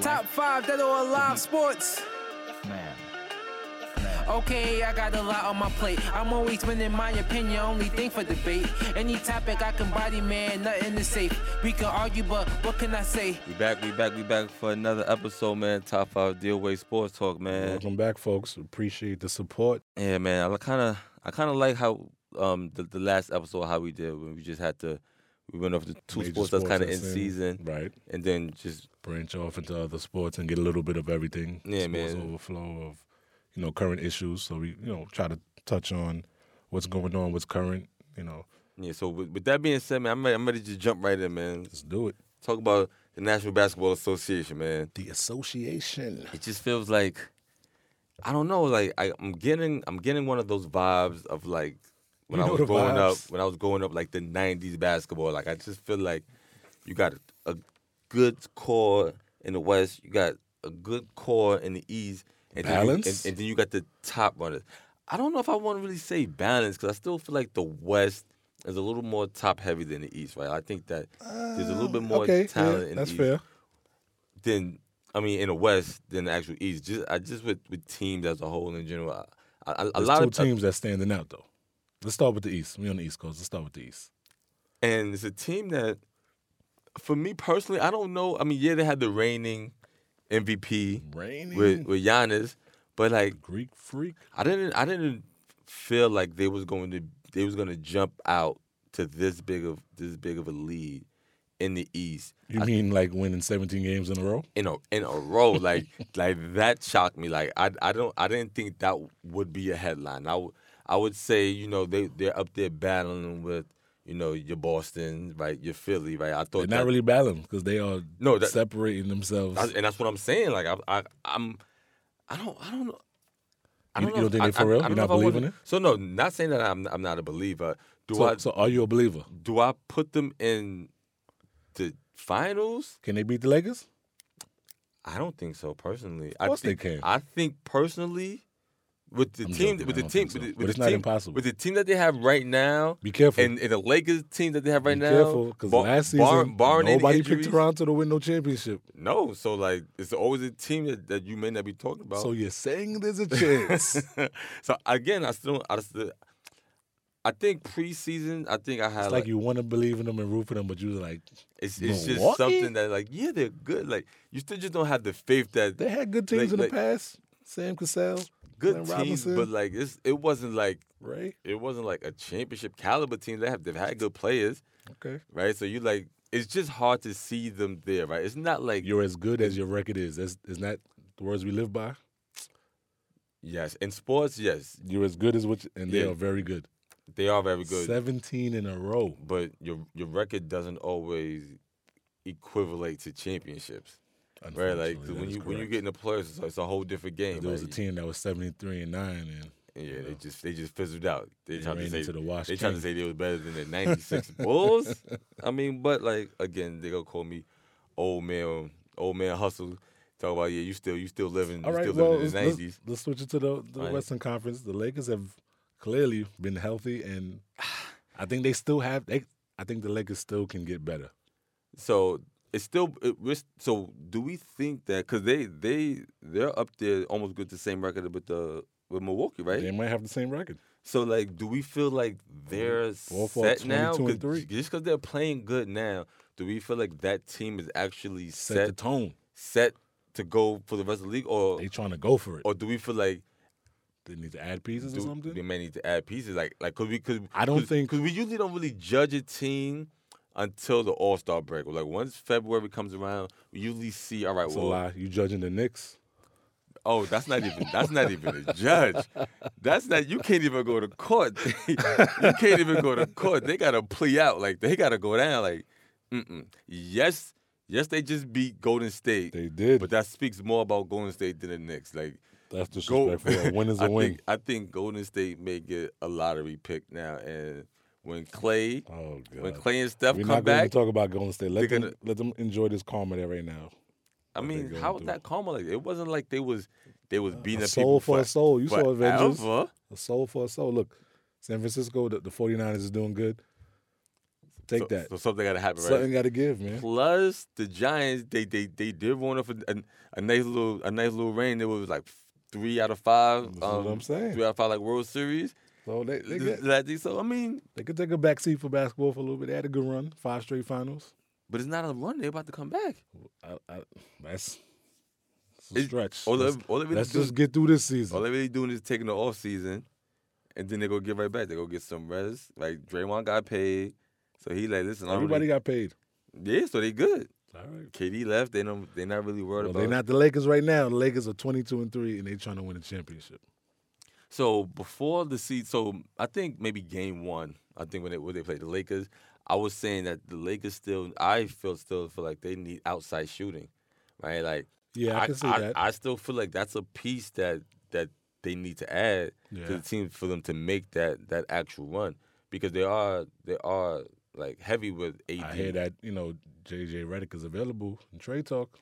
Top five dead or alive sports. Man. Okay, I got a lot on my plate. I'm always winning my opinion, only thing for debate. Any topic I can body, man, nothing is safe. We can argue, but what can I say? We back, we back, we back for another episode, man. Top five deal way sports talk, man. Welcome back, folks. Appreciate the support. Yeah, man. I kind of, I kind of like how um the, the last episode how we did when we just had to, we went off the two Major sports, that's kind of in that's season, Right. and then just Branch off into other sports and get a little bit of everything. Yeah, sports man. overflow of, you know, current issues. So we, you know, try to touch on what's going on, what's current, you know. yeah. So with, with that being said, man, I'm ready, I'm ready to just jump right in, man. Let's do it. Talk about the National Basketball Association, man. The association. It just feels like, I don't know, like I, I'm getting, I'm getting one of those vibes of like when You I know was the growing vibes. up, when I was growing up, like the '90s basketball. Like I just feel like you got a, a good core in the West, you got a good core in the East, and Balance? Then you, and, and then you got the top runners. I don't know if I want to really say balance because I still feel like the West is a little more top heavy than the East, right? I think that there's a little bit more Uh, okay, yeah, talent in that's the East fair. than I mean in the West than the actual East. Just I just with, with teams as a whole in general. I, I, a There's lot two of teams that's standing out though. Let's start with the East. We on the East Coast. Let's start with the East. and it's a team that for me personally, I don't know. I mean, yeah, they had the reigning MVP Raining with with Giannis, but like Greek freak. I didn't I didn't feel like they was going to they was going to jump out to this big of this big of a lead in the East You mean like winning 17 games in a row? in a in a row like like that shocked me like I I don't I didn't think that would be a headline I would I would say you know they they're up there battling with you know your Boston right your Philly right I They're thought not that, really battling because they are No, that- separating themselves. I- and that's what I'm saying like I, I I'm I don't I don't know. I You- you if- don't think they I- for I- real? I don't You're know not if I wanna- believing it? So no, not saying that I'm I'm not a believer. Do so, I so are you a believer? do I put them in the finals? Can they beat the Lakers? I don't think so personally. Of course I think, they can. I think personally, with the I'm team, joking, with I the don't team, with think so. the, But with it's the not team, impossible. with the team that they have right now, Be careful. and, and the Lakers team that they have right Be now. careful because bar- last season bar- barring any nobody injuries, picked Toronto to win no championship. No, so like it's always a team that, that you may not be talking about. So you're saying there's a chance? so again, I still, I still, I think preseason, I think I had it's like you want to believe in them and root for them, but you're like it's, it's just Milwaukee? something that like yeah they're good. Like you still just don't have the faith that they had good Like- teams in like- the past. Sam Cassell, good Glenn teams, Robinson, but like it's it wasn't like right? it wasn't like a championship caliber team. They have they've had good players, Okay. right? So you like it's just hard to see them there, right? It's not like You're as good as your record is. That's isn't that the words we live by? yes in sports, yes You're as good as what, you, and they Yeah. are very good. they are very good, Seventeen in a row. but your your record doesn't always equivalent to championships, right? Like unfortunately. 'cause That when is you when you correct. get in the players, it's, it's a whole different game. there was a right? team that was seventy three and nine, and Yeah, they just they just fizzled out. They, They tried to ran say into the Wash they tried to King. say they was better than the '96 Bulls. I mean, but like again, they gonna call me old man, old man hustle. Talk about yeah, you still you still living, All you right, still well, living in let's, the let's- '90s. let's switch it to the, the Right. Western Conference. The Lakers have clearly been healthy, and I think they still have. They, I think the Lakers still can get better. So it's still it, we're, so. Do we think that because they they they're up there almost good the same record with the with Milwaukee, right? They might have the same record. So like, do we feel like they're Four, four, set now? 22 and 'Cause three. Just because they're playing good now, do we feel like that team is actually Set, set the tone. set to go for the rest of the league, or They trying to go for it. or do we feel like They need to add pieces Oh. or do, something. we may need to add pieces? Like like could we could I don't think- because we usually don't really judge a team until the All Star break. Like once February comes around, we usually see all right. It's a well, lie. You judging the Knicks? oh, that's not even that's not even a judge. That's not you can't even go to court. you can't even go to court. They gotta plea out. Like they gotta go down. Like mm-mm. yes. Yes, they just beat Golden State, They did. but that speaks more about Golden State than the Knicks. Like, That's Go- disrespectful. a win is I a win. Think, I think Golden State may get a lottery pick now, and when Clay, oh when god. Clay and Steph We're come not going to back, talk about Golden State. Let They're them gonna- let them enjoy this karma there right now. I what they mean, going how was through. that karma? Like it wasn't like they was they was beating a up soul people for a soul. You saw Avengers. forever. A soul for a soul. Look, San Francisco, the, the 49ers is doing good. Take so, that. So something got to happen, right? Something got to give, man. Plus the Giants, they they they did run off a, a, a nice little a nice little rain. It was like three out of five. um, That's what I'm saying. Three out of five like World Series. So they, they, get, Like, So I mean, they could take a back seat for basketball for a little bit. They had a good run, five straight finals. but it's not a run. They're about to come back. I, I, that's, that's a It- stretch. all they- let's all they really let's do- just get through this All season. they're really doing is taking the off season, and then they go get right back. They go get some rest. Like Draymond got paid, so he like listen. I'm Everybody really- got paid. yeah, so they good. All right. KD left. They don't. They not really worried Well, about. they're it. not the Lakers right now. The Lakers are 22 and 3, and they trying to win a championship. So before the season, so I think maybe game one, I think when they when they played the Lakers, I was saying that the Lakers still, I feel still feel like they need outside shooting, right? Like Yeah, I, can see I, that. I still feel like that's a piece that that they need to add to Yeah. the team for them to make that that actual run because they are they are like heavy with AD. I hear that, you know, JJ Redick is available in trade talk.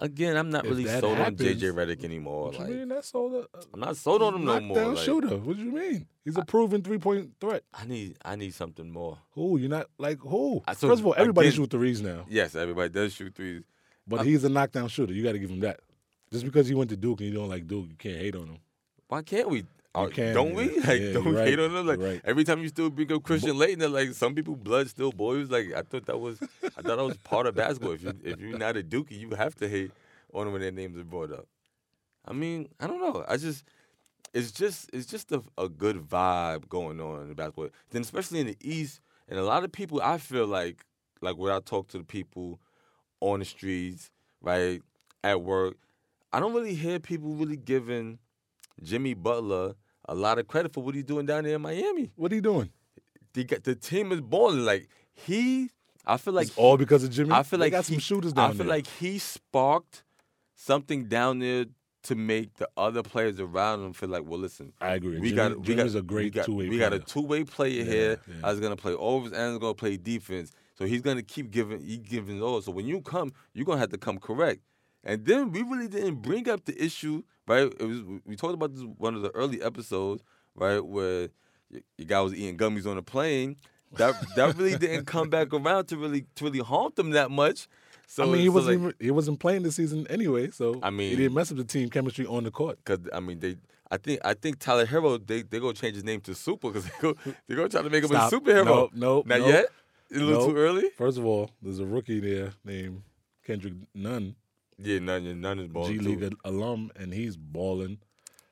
Again, I'm not If really that sold happens- on JJ Redick anymore. What you Like mean? That's all the uh, I'm not sold on him no more. knockdown like, shooter. What you mean? He's a proven three point threat. I need I need something more. Who? You're not like who? I- so First of all, everybody again- shoot threes now, Yes, everybody does shoot threes. Uh, but he's a knockdown shooter. You got to give him that. Just because he went to Duke and you don't like Duke, you can't hate on him. Why can't we? Uh, can, don't yeah. we? Yeah, Like, you're don't we right. hate on them? Like, You're right. every time you still bring up Christian Leighton, they're like some people blood still boils. Like, I thought that was, I thought that was part of basketball. If you if you're not a Dookie, you have to hate on them when their names are brought up. I mean, I don't know. I just, it's just, it's just a, a good vibe going on in the basketball. Then especially in the East, and a lot of people, I feel like, like when I talk to the people on the streets, right at work, I don't really hear people really giving Jimmy Butler a lot of credit for what he's doing down there in Miami. What he doing? They got, the team is balling. Like he, I feel like it's all because of Jimmy. I feel They like got some he- shooters down I feel there. like he sparked something down there to make the other players around him feel like, well, listen, I agree. we Jimmy- got we Jimmy's got a great we got, two-way We got a player. two way player here. yeah. I was gonna play overs and I was gonna play defense. So he's gonna keep giving he giving those. So when you come, you're gonna have to come correct. And then we really didn't bring up the issue, right? It was we talked about this one of the early episodes, right, where y- your guy was eating gummies on a plane. That that really didn't come back around to really to really haunt them that much. So I mean, he so wasn't like- even, he wasn't playing this season anyway, so I mean- he didn't mess up the team chemistry on the court. Cause I mean they, I think I think Tyler Hero they they gonna change his name to Super because they go they gonna try to make him Stop. a superhero. Nope, nope, not nope. yet. A little Nope. too early. First of all, there's a rookie there named Kendrick Nunn, Yeah, none none is balling. G too. League alum, and he's balling.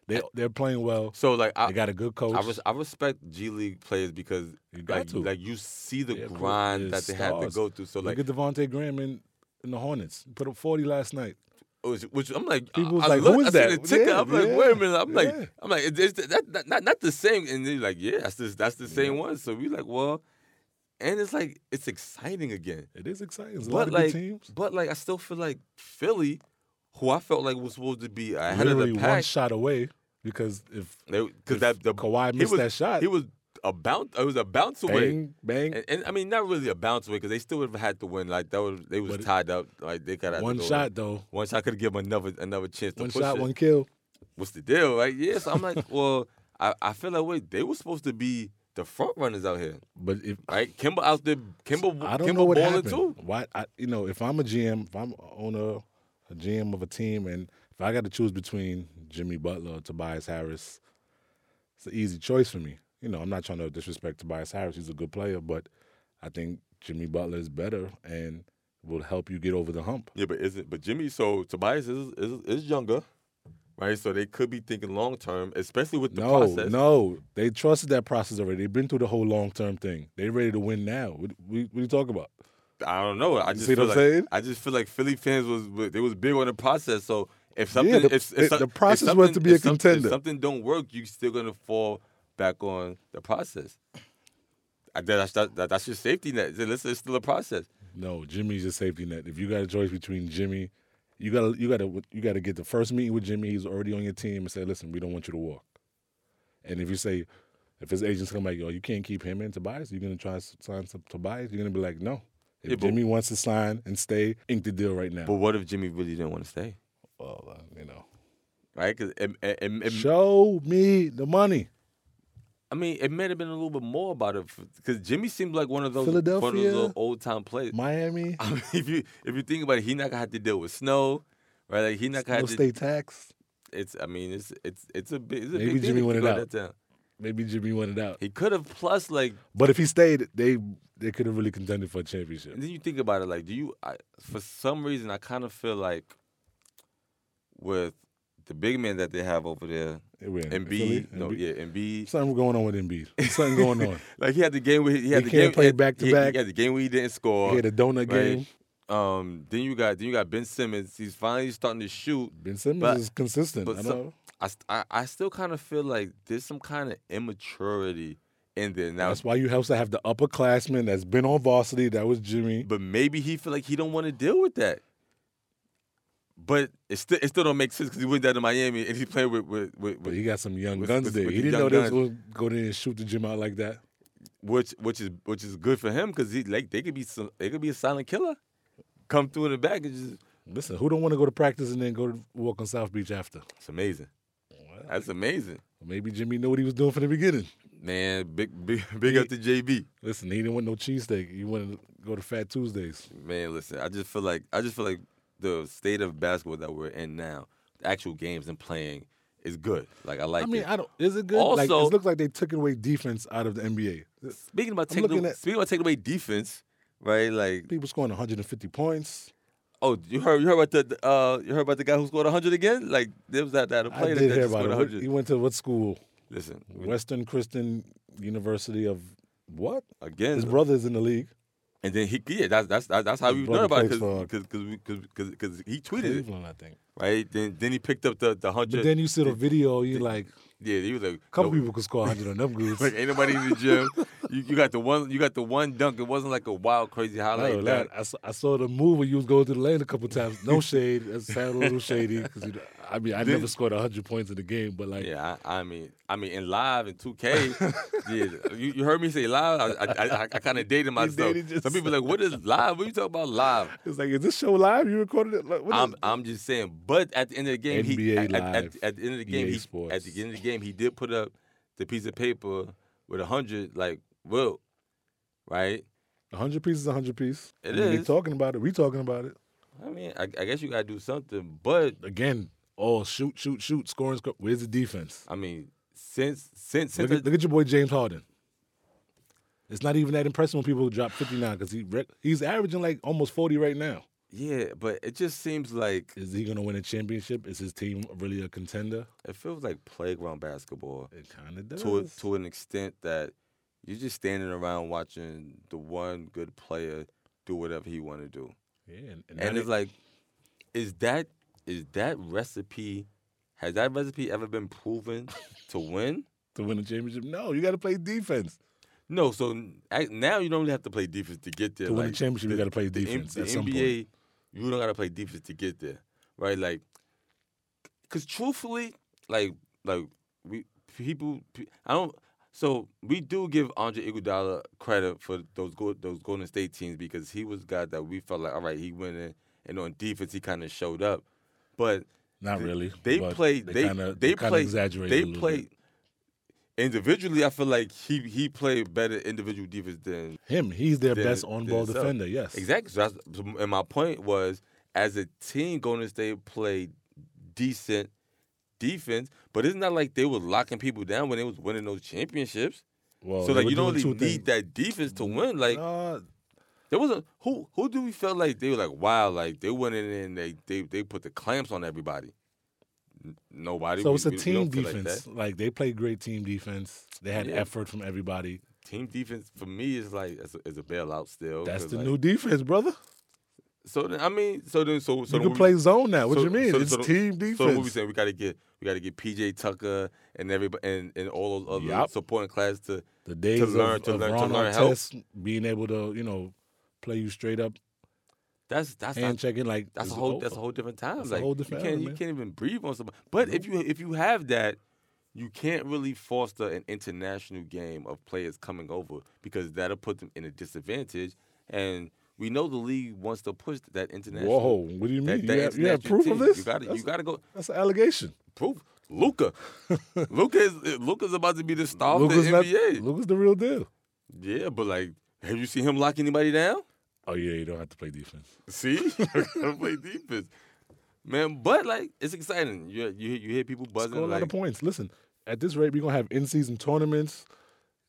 They they're playing well. So like I They got a good coach. I, res- I respect G League players because You got like to. like you see the They're cool. grind They're that they had to stars. go through. So like Look at Devontae Graham in, in the Hornets. Put up 40 last night. which, which I'm like, People I- was I like, look, who is I seen that? The ticker, Yeah, I'm like, yeah, wait a minute. I'm yeah. like, I'm like, it's, it's- that, that- not, not the same. And they're like, yeah, that's the, that's the same one. So we like, well, and it's like it's exciting again. It is exciting. It's a lot but of like, good teams. but like, I still feel like Philly, who I felt like was supposed to be ahead Literally of the one pack, shot away because if because if that the Kawhi he missed was- that shot, he was a bounce. It was a bounce away. bang, bang, And, and I mean, not really a bounce away because they still would have had to win. Like that was they was But it- tied up. Like they got one shot though. One shot could have given 'em another another chance to One push shot, it. one kill. what's the deal, right? Yeah, so I'm like, well, I, I feel like wait, they were supposed to be the front runners out here, But if right? Kimba out there, Kimba, I don't Kimba know what balling happened. too. Why? I, you know, if I'm a GM, if I'm on a, a GM of a team, and if I got to choose between Jimmy Butler or Tobias Harris, it's an easy choice for me. You know, I'm not trying to disrespect Tobias Harris. He's a good player, but I think Jimmy Butler is better and will help you get over the hump. Yeah, but isn't but Jimmy? So Tobias is is, is younger, right? So they could be thinking long term, especially with the no, process. no, they trusted that process already. They've been through the whole long term thing. They're ready to win now. What, we, what are you talking about? I don't know. I just see what feel I'm like saying? I just feel like Philly fans was they was big on the process. So if something, the- if, it- if, some- the if process was something- to be a if some- contender. If something don't work, you still gonna fall back on the process. I, that, that, that, that's your safety net. Listen, it's still a process. No, Jimmy's a safety net. If you got a choice between Jimmy, you gotta you gotta you gotta get the first meeting with Jimmy. He's already on your team and say, listen, we don't want you to walk. And if you say, if his agents come back, yo, you can't keep him and Tobias. You're gonna try to sign some Tobias. You're gonna be like, no. If Yeah, but- Jimmy wants to sign and stay, ink the deal right now. But what if Jimmy really didn't want to stay? well, uh, you know, Right? Because it, it, it, it- show me the money. I mean, it may have been a little bit more about it because Jimmy seemed like one of those one of Philadelphia, those old time players. Miami, I mean, if you if you think about it, he not gonna have to deal with snow, right? Like he not gonna no have to. state tax. It's I mean it's it's it's a big it's a Maybe big Jimmy thing went to it go to out. that town. Maybe Jimmy won it out. He could have plus like But if he stayed, they they could have really contended for a championship. And then you think about it, like, do you? I, for some reason, I kind of feel like with the big men that they have over there, They win. Philly, Embiid, no, Embiid. yeah, Embiid. Something going on with Embiid. Something going on. Like he had the game where he, he had the He can't game play he had- back to he- back. He had the game where he didn't score. He had a donut right? game. Um, then you got then you got Ben Simmons. He's finally starting to shoot. Ben Simmons But- is consistent. but I some- know. I st- I, I still kind of feel like there's some kind of immaturity in there now. That's why you have to have the upperclassman that's been on varsity. That was Jimmy. but maybe he feel like he don't want to deal with that. But it still it still don't make sense because he went down to Miami and he's playing with with, with, But with he got some young with- guns with- there. with he the young didn't know they was guns. going to go there and shoot the gym out like that. which which is which is good for him because he like they could be some they could be a silent killer, come through in the back and just Listen, who don't want to go to practice and then go to walk on South Beach after? it's amazing. That's amazing, Maybe Jimmy knew what he was doing from the beginning. man. Big big big up to JB, Listen, he didn't want no cheesesteak. He wanted to go to Fat Tuesdays. man. Listen, I just feel like I just feel like the state of basketball that we're in now, the actual games and playing is good. Like I like. I mean, it. I don't. Is it good? like, Also- it looks like they took away defense out of the NBA. Speaking about I'm taking looking away, at- speaking about taking away defense, right? Like People scoring 150 points. oh, you heard you heard about the- the uh, you heard about the guy who scored hundred again? Like there was that that a I player that did hear just scored about it. What- He hundred. went to what school? Listen, Western Christian University of what? again, His brother's in the league. and then he yeah that's that's that's that's how His we brother learned about it plays for- uh, because because because he tweeted it Cleveland, I think. right. Then then he picked up the the But hundred. then you see the video, you like, yeah, he was like a couple "Nope." people could score 100 on them goose. Like ain't nobody in the gym. you, you got the one you got the one dunk. It wasn't like a wild crazy I, highlight. know, dunk. like, Oh, I, saw, I saw the move where you was going through the lane a couple times. No shade. That sounded a little shady. Cause you know, I mean, I Then- never scored 100 points in the game, but like, Yeah, I, I mean, I mean, in live in 2K, yeah, you, you heard me say live. I I, I, I kind of dated myself. dated Some people like, what is live? What you talking about live? it's like, is this show live? You recorded it? Like, what is- I'm I'm just saying. But at the end of the game, he NBA at, at, Live, at, at the end of the game, EA he, at Sports. the end of the game, he did put up the piece of paper with a hundred, like Will, right? A hundred pieces, a hundred piece. It I mean, They is. talking about it. We talking about it I mean, I, I guess you gotta do something. But again. Oh, shoot, shoot, shoot! Scoring, score. Where's the defense? I mean, since since since Look the, at, look at your boy James Harden. It's not even that impressive when people drop fifty nine because he rec- he's averaging like almost forty right now. yeah, but it just seems like Is he gonna win a championship? Is his team really a contender? it feels like playground basketball. It kind of does. to a, to an extent that you're just standing around watching the one good player do whatever he want to do, yeah, and, e-, and and that- it's like, is that is that recipe? Has that recipe ever been proven to win? to win a championship. No, you got to play defense. No. So n- act- now you don't really have to play defense to get there. To win a like, championship, you gotta play the M- defense The, at some point. NBA, you don't gotta play defense to get there, right? Like, cause truthfully, like, like we people, pe- I don't. So we do give Andre Iguodala credit for those go, those Golden State teams because he was a guy that we felt like, all right, he went in and on defense he kind of showed up, but Not really. they but play. They kinda- they kinda play. exaggerated a They little play. bit. Individually, I feel like he he played better individual defense than him. He's their than- best on ball than Suggs. defender. Yes, Exactly. So that's, so- and my point was, as a team, Golden State played decent defense, but it's not like they were locking people down when they was winning those championships. Well, so Oh, they like were you don't doing really two need things. Mm-hmm. that defense to win. Like Nah, there was a who who do we feel like they were like wow like they went in and they they they put the clamps on everybody. N- Nobody. So We- it's a we- we team don't feel like defense. that. Like, they play great team defense. They had Yeah. effort from everybody. Team defense for me is like is a, is a bailout still. That's 'cause, the like- new defense, brother. So then, I mean, so then so so you then can we- play zone now. What So- you mean? so- it's so the- team So what we defense. saying? We gotta get we gotta get PJ Tucker and everybody and, and all those other Yup. supporting class to the days learn- of, to of learn- to Ron learn help. Artest being able to, you know, play you straight up, that's that's hand not, checking. Like that's a it's whole over. that's a whole different time. That's a like whole different you can't era, you man. can't even breathe on somebody. But if you if you have that, you can't really foster an international game of players coming over because that'll put them in a disadvantage. And we know the league wants to push that international. Whoa, what do you that- mean? that you, have, you have international proof of team. this? You gotta you that's, gotta go that's an allegation. proof. Luca. Luca is Luca's about to be the star of the Luka's not- NBA. Luka's the real deal. yeah, but like, have you seen him lock anybody down? Oh yeah, you don't have to play defense. See, Gotta play defense, man. But like, it's exciting. You you you hear people Score a buzzing. lot of Like, points. Listen, at this rate, we're gonna have in-season tournaments.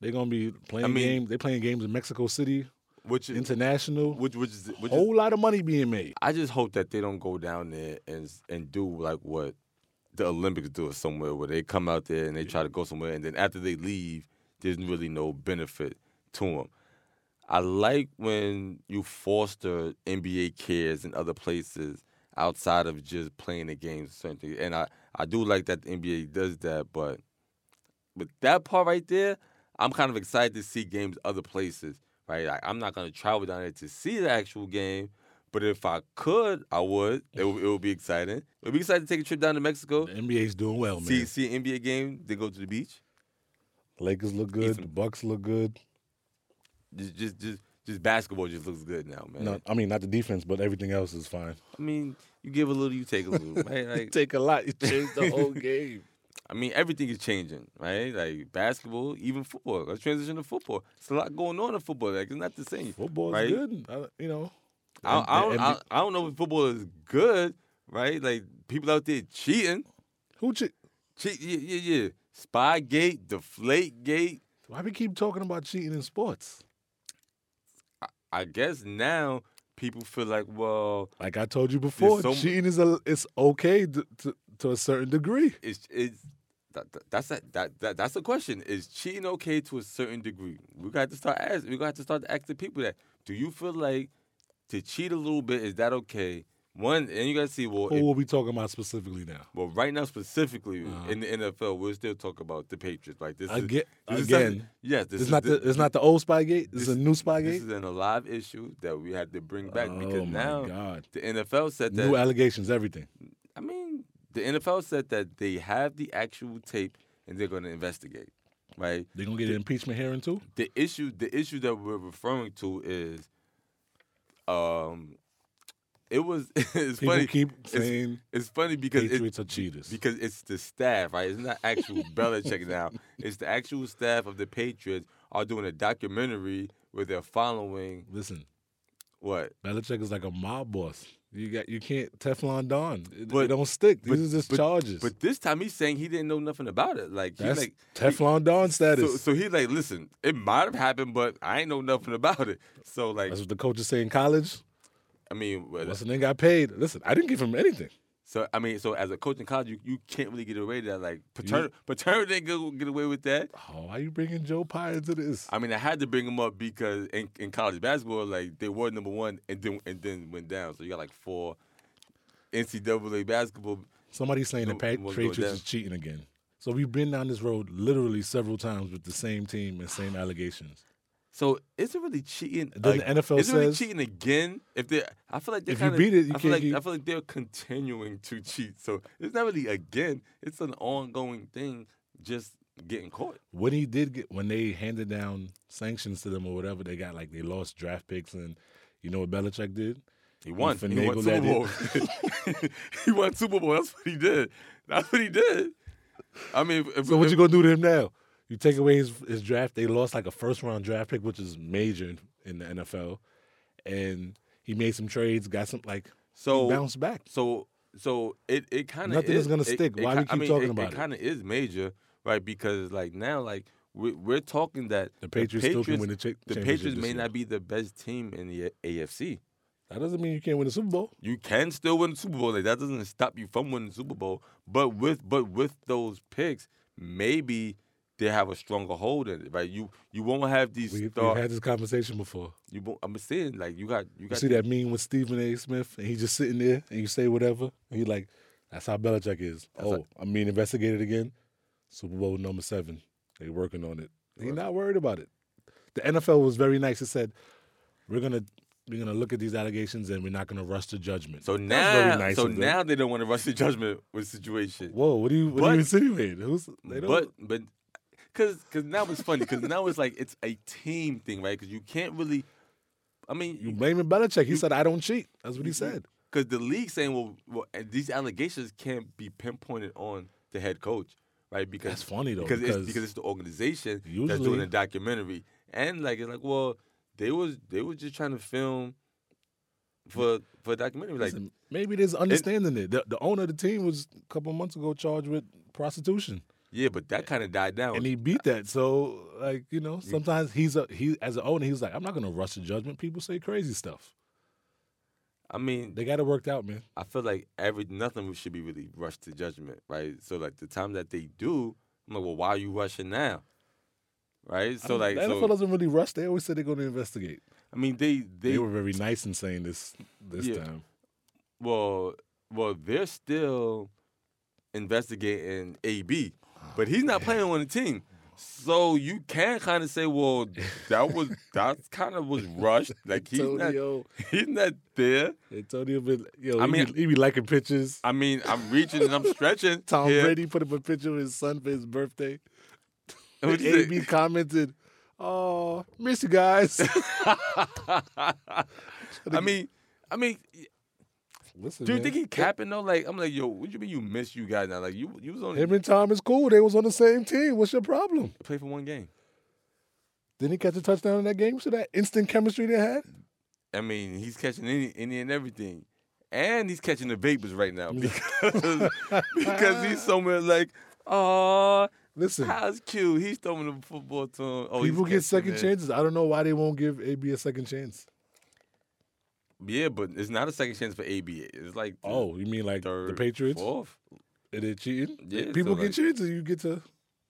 They're gonna be playing mean- games. They're playing games in Mexico City, which is international. which which is which is whole lot of money being made. I just hope that they don't go down there and and do like what the Olympics do somewhere where they come out there and they try to go somewhere and then after they leave, there's really no benefit to them. I like when you foster NBA cares in other places outside of just playing the games or certain things. And I, I do like that the NBA does that, but with that part right there, I'm kind of excited to see games other places, right? Like, I'm not gonna travel down there to see the actual game, but if I could, I would. It would, it would be exciting. It would be exciting to take a trip down to Mexico, The NBA's doing well, man. see see an NBA game, then go to the beach. Lakers look good. The Ethan. Bucks look good. Just just just just basketball just looks good now, man. No, I mean not the defense, but everything else is fine. I mean, you give a little, you take a little. Right? Like, take a lot. You change the whole game. I mean, everything is changing, right? Like basketball, even football. Let's transition to football. It's a lot going on in football. Like it's not the same. Football's right? good. I, you know, I, don't- I, don't, And- I, I don't know if football is good, right? Like people out there cheating, who? Che- cheat, yeah, yeah, yeah. Spygate, Deflategate. Why we keep talking about cheating in sports? I guess now people feel like, well, Like I told you before, so mu- cheating is a it's okay to, to to a certain degree. it's it's that, that- that's a, that, that that's the question. Is cheating okay to a certain degree? We got to start asking. We got to start asking people that. Do you feel like to cheat a little bit is that okay? One, and you got to see well, if- Who are we talking about specifically now? well, right now specifically Uh-huh. in the NFL, we're still talking about the Patriots. Like this is Aga- this is again, something- yes, this It's is not the- the, it's not the old Spygate. It's this- a new This Spygate. is an alive issue that we had to bring back Oh because my now God! the NFL said that New allegations, everything. I mean, the NFL said that they have the actual tape and they're going to investigate, right? They gonna get an impeachment hearing too. The issue, the issue that we're referring to is, um, it was it's People funny. keep it's- saying it's, funny because it, Patriots are cheaters. because it's the staff, right? It's not actual Belichick now. It's the actual staff of the Patriots are doing a documentary where they're following Listen, what Belichick is like a mob boss. You got you can't Teflon Don. It, But- it don't stick. These but- is just but- charges. But this time he's saying he didn't know nothing about it. Like That's he like Teflon Don status. so, so he like, listen, it might have happened, but I ain't know nothing about it. So like, That's what the coaches say in college. I mean, well, What's the name got paid? Listen, I didn't give him anything. so I mean, so as a coach in college, you, you can't really get away with that. Like paternity, paternity didn't go- get away with that. Oh, why you bringing Joe Pye into this? I mean, I had to bring him up because in, in college basketball, like they were number one and then and then went down. So you got like four NCAA basketball. Somebody's saying the No, Pat- it wasn't going Patriots is down. cheating again. So we've been down this road literally several times with the same team and same allegations. So is it really cheating? Then the NFL is it really says- cheating again? If they, I feel like they're If you kinda- beat it, you I feel can't like keep- I feel like they're continuing to cheat. So it's not really again. It's an ongoing thing, just getting caught. When he did get, when they handed down sanctions to them or whatever, they got like they lost draft picks and you know what Belichick did? He won. He, won Super finagled that in. Bowl. he won Super Bowl. That's what he did. That's what he did. I mean, if, So if- what you gonna do to him now? You take away his his draft. They lost like a first round draft pick, which is major in, in the NFL, and he made some trades, got some like So- he bounced back. So so it it kind of Nothing is gonna it, stick. it Why ki- we I keep mean, talking about It it? kind of is major, right? Because like now, like we're, we're talking that The Patriots still can win the cha- the championship Patriots this may year. not be the best team in the A- AFC. That doesn't mean you can't win the Super Bowl. You can still win the Super Bowl. Like that doesn't stop you from winning the Super Bowl. But with but with those picks, maybe they have a stronger hold in it, right? You you won't have these We, star. We've had this conversation before. you won't, I'm saying like you got you You got see that meme with Stephen A. Smith, and he's just sitting there, and you say whatever, and he like, "That's how Belichick is." oh, I'm being investigated again. Super Bowl number seven. They working on it. He's not worried about it. The NFL was very nice. It said, "We're gonna." We're gonna look at these allegations and we're not gonna rush to judgment. So That's now, very nice so of them. now they don't want to rush the judgment with situation. whoa, what do you what But- do you insinuating? Who's they don't? But but because cause now it's funny because now it's like it's a team thing, right? Because you can't really. I you mean, blaming Belichick? He said, "I don't cheat." That's what he said. because the league saying, well, well, and these allegations can't be pinpointed on the head coach, right? Because That's funny though, because, because it's, because it's the organization that's usually- doing the documentary, and like it's like well they was they was just trying to film for for a documentary like Listen, maybe there's understanding it. The, the owner of the team was a couple months ago charged with prostitution, yeah, but that kind of died down. and he beat that. So, like you know, sometimes he's a he as an owner, he's like, I'm not gonna rush the judgment. People say crazy stuff. I mean, They got it worked out, man. I feel like every nothing should be really rushed to judgment, right? So like the time that they do, I'm like, well, why are you rushing now, right? I So don't- like, the NFL so, doesn't really rush. They always say they're going to investigate. I mean, they They, they, were very nice in saying this this Yeah. time. well, well, they're still investigating AB, but he's not playing on the team. So you can kind of say, well, that was that kind of was rushed. Like he's not, Antonio, he's not there. Antonio, been, yo, I he, mean- be, he be liking pictures. I mean, I'm reaching and I'm stretching. Tom here. Brady put up a picture of his son for his birthday. What'd you AB commented, "Oh, miss you guys." I mean, I mean, Listen, Do you man, think he capping though? Like I'm like, yo, what you mean you miss you guys now? Like you you was only him and Tom is cool? They was on the same team. What's your problem? play for one game. Didn't he catch a touchdown in that game? So that instant chemistry they had. I mean, he's catching any any and everything. And he's catching the vapors right now because because he's somewhere like, oh, Listen, how's cute. He's throwing the football to him. Oh, he's people get catching second it. chances. I don't know why they won't give AB a second chance. Yeah, but it's not a second chance for AB. It's like the Oh, you mean like third, the Patriots? fourth. Are they cheating? Yeah, People so, get like- chances. You get to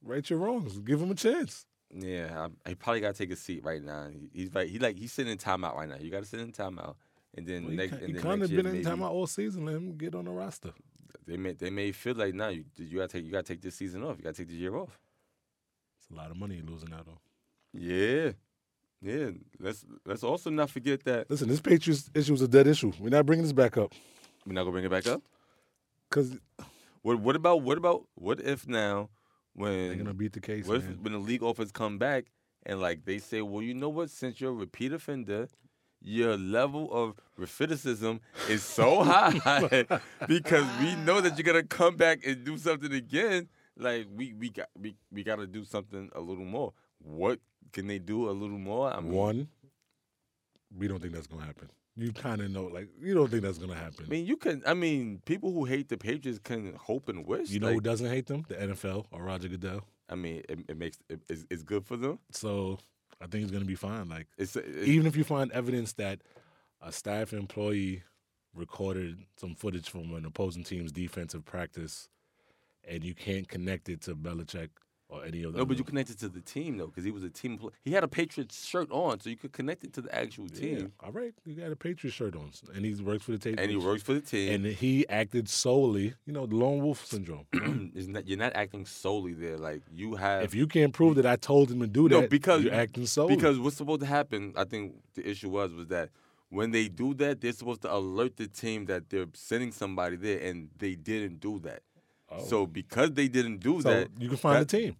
right your wrongs. Give them a chance. Yeah, I, he probably got to take a seat right now. He- He's like he like he's sitting in timeout right now. You got to sit in timeout, and then Well, next he and then kind of next year been in maybe- timeout all season. Let him get on the roster. they may they may feel like now you you gotta take you gotta take this season off. You gotta take this year off. It's a lot of money you're losing out on. Yeah. Yeah. Let's let's also not forget that Listen, this Patriots issue is a dead issue. We're not bringing this back up we're not gonna bring it back up. because What what about what about what if now they're when gonna beat the case. what if man. when the league offers come back and like they say, Well, you know what, since you're a repeat offender, your level of recidivism is so high because we know that you're gonna come back and do something again. Like we we got we, we gotta do something a little more. What can they do a little more? I mean, One, we don't think that's gonna happen. You kind of know, like you don't think that's gonna happen. I mean, you can. I mean, people who hate the Patriots can hope and wish. you know who like, doesn't hate them? The NFL or Roger Goodell. I mean, it, it makes it, it's, it's good for them. So I think it's gonna be fine. Like It's, it's even if you find evidence that a staff employee recorded some footage from an opposing team's defensive practice, and you can't connect it to Belichick or any of the no, but other- you connected to the team though, because he was a team. Play- he had a Patriots shirt on, so you could connect it to the actual Yeah, team. all right, you got a Patriot shirt on, and he works for the Patriots. And he works for the team. and he acted solely, you know, the lone wolf syndrome. It's not- you're not acting solely there. Like you have if you can't prove that I told him to do No, that, because- you're acting solely. Because what's supposed to happen, I think the issue was was that when they do that, they're supposed to alert the team that they're sending somebody there, and they didn't do that. Oh. So because they didn't do so that, you can find that- the team.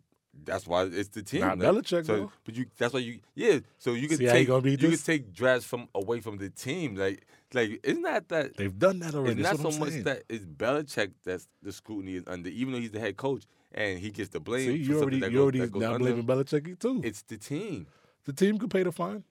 That's why it's the team. Not like, Belichick, so, though. But you, that's why you, yeah. So you can See how he take, gonna beat you can this? take drafts from away from the team. Like, like it's not that. They've done that It's already. not That's so what I'm much saying. that it's Belichick that's the scrutiny is under, even though he's the head coach and he gets the blame. See, for you already, something that you goes- already that goes now under blaming him. Belichick too. It's the team. the team could pay the fine.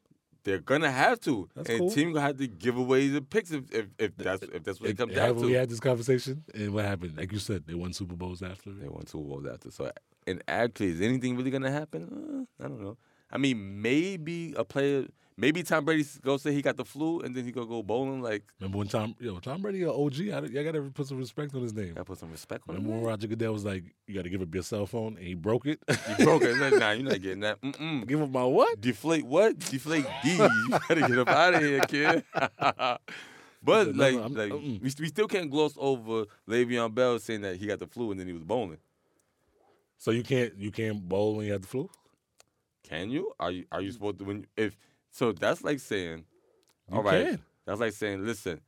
They're gonna have to, That's and cool. team gonna have to give away the picks if, if, if that's if that's what it, comes Yeah, down to. we had this conversation, and what happened? Like you said, they won Super Bowls after. They won two Bowls after. So, and actually, is anything really gonna happen? Uh, I don't know. I mean, maybe a player, maybe Tom Brady go say he got the flu, and then he go go bowling. Like, Remember when Tom, yo, Tom Brady, a OG, I, I gotta put some respect on his name. I put some respect on Remember when him. Roger Goodell was like, "You gotta give up your cell phone," and he broke it. You broke it. Like, nah, you're not getting that. Mm-mm. give up my what? Deflate what? Deflate D. You gotta get up out of here, kid. But said, "No, like, no, I'm- like mm-mm." we, st- we still can't gloss over Le'Veon Bell saying that he got the flu and then he was bowling. So you can't, you can't bowl when you have the flu. Can you? Are you are you supposed to when you- if so that's like saying You all right. can. That's like saying, listen,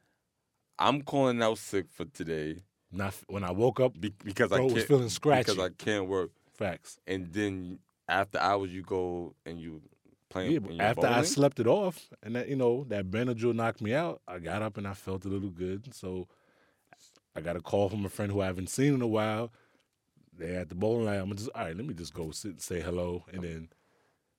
I'm calling out sick for today Not when I woke up. be- because I Bro can't was feeling because scratchy. I can't work. Facts. And then after hours you go and you playing Yeah, and but you after I bowling? slept it off, and that you know that Benadryl knocked me out, I got up and I felt a little good. So I got a call from a friend who I haven't seen in a while. they had the bowling alley. I'm just all right. Let me just go sit, say hello, and then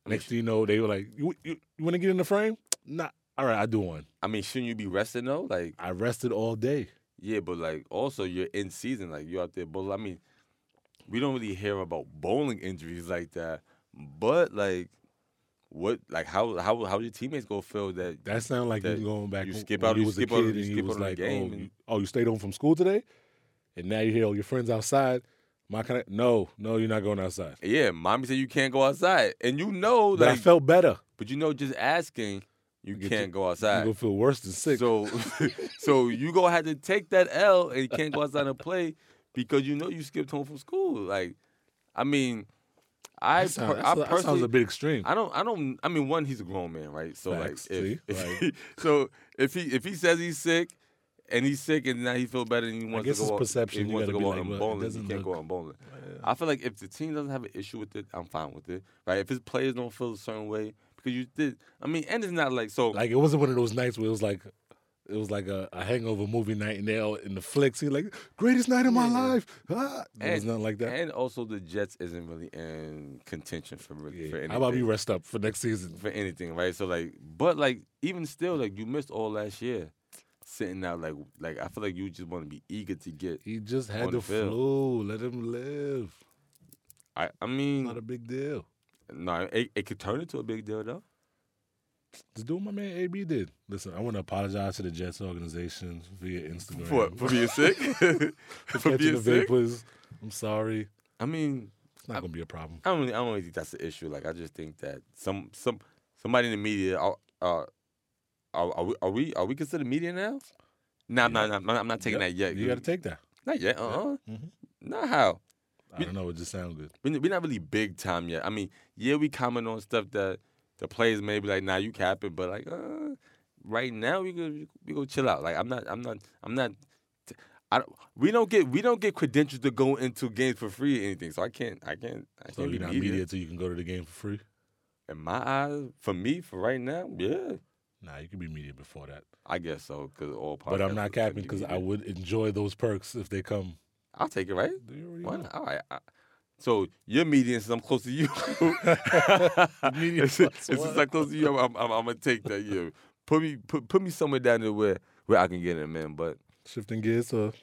next thing you know, they were like, "You you, you want to get in the frame? Nah. All right, I do one. I mean, shouldn't you be resting though? Like, I rested all day. yeah, but like also you're in season. Like you're out there bowling. I mean, we don't really hear about bowling injuries like that. But like, what? Like how how how your teammates gonna feel that? That sounded like you That going back. you when- skip when out- You you was skip a out- kid, you and you skip out was on the like, game oh, and- you, oh, you stayed home from school today, and now you hear all your friends outside. My kind of no, no, you're not going outside. Yeah, mommy said you can't go outside, and you know But I like, felt better. but you know just asking, you Get can't you- go I'm outside. gonna feel worse than sick. So, so you gonna have to take that L and you can't go outside and play because you know you skipped home from school. Like, I mean, I that, sound- per- that's- I that sounds personally a bit extreme. I don't I don't I mean one he's a grown man right so Facts, like if, see? if Like- so if he if he says he's sick and he's sick and now he feel better and he wants guess to it's go out, perception. he You wants to gotta go out be like, and "Well, it bowling he doesn't can't go look- out and bowling I feel like if the team doesn't have an issue with it I'm fine with it right if his players don't feel a certain way because you did I mean and it's not like so Like it wasn't one of those nights where it was like it was like a, a hangover movie night and they're all in the flicks. He like greatest night of my life. Ah. It was And- nothing like that. And also, the Jets isn't really in contention for really for Yeah. anything. How about we rest up for next season? for anything, right? So like, but like, even still, like you missed all last year, sitting out. Like, like I feel like you just want to be eager to get. He just had On the the field. flu. Let him live. I, I Not a mean, big deal. no, it, it could turn into a big deal though. Just do what my man AB did. Listen, I want to apologize to the Jets organization via Instagram For what? For being sick. for catching being the sick. vapors. I'm sorry. I mean, It's not gonna be a problem. I don't really, I don't really think that's the issue. Like I just think that some some somebody in the media are uh, are, are we are we are we considered media now? Nah, I'm not. I'm not, I'm not taking Yep. that yet. You got to take that. not yet. Uh uh Mhm. Not how. I don't know. It just sounds good. We're not really big time yet. I mean, yeah, we comment on stuff that the players may be like, "Nah, you capping," but like, uh, right now we go we go chill out. Like I'm not. I'm not. I'm not. t- I don't, we don't get we don't get credentials to go into games for free or anything. So I can't I can't I can't So be you're not media till you can go to the game for free. in my eyes, for me, for right now, yeah, Nah, you can be media before that. I guess so. Because all podcasts But I'm not look like capping you because need I it. would enjoy those perks if they come. I'll take it, right? Do you already Why know? not? All right. I- so you're median, since I'm close to you. Median It's- it's plus Since one. I'm close to you, I'm, I'm, I'm gonna take that. Yeah, put me put, put me somewhere down there where where I can get it, man. But Shifting gears to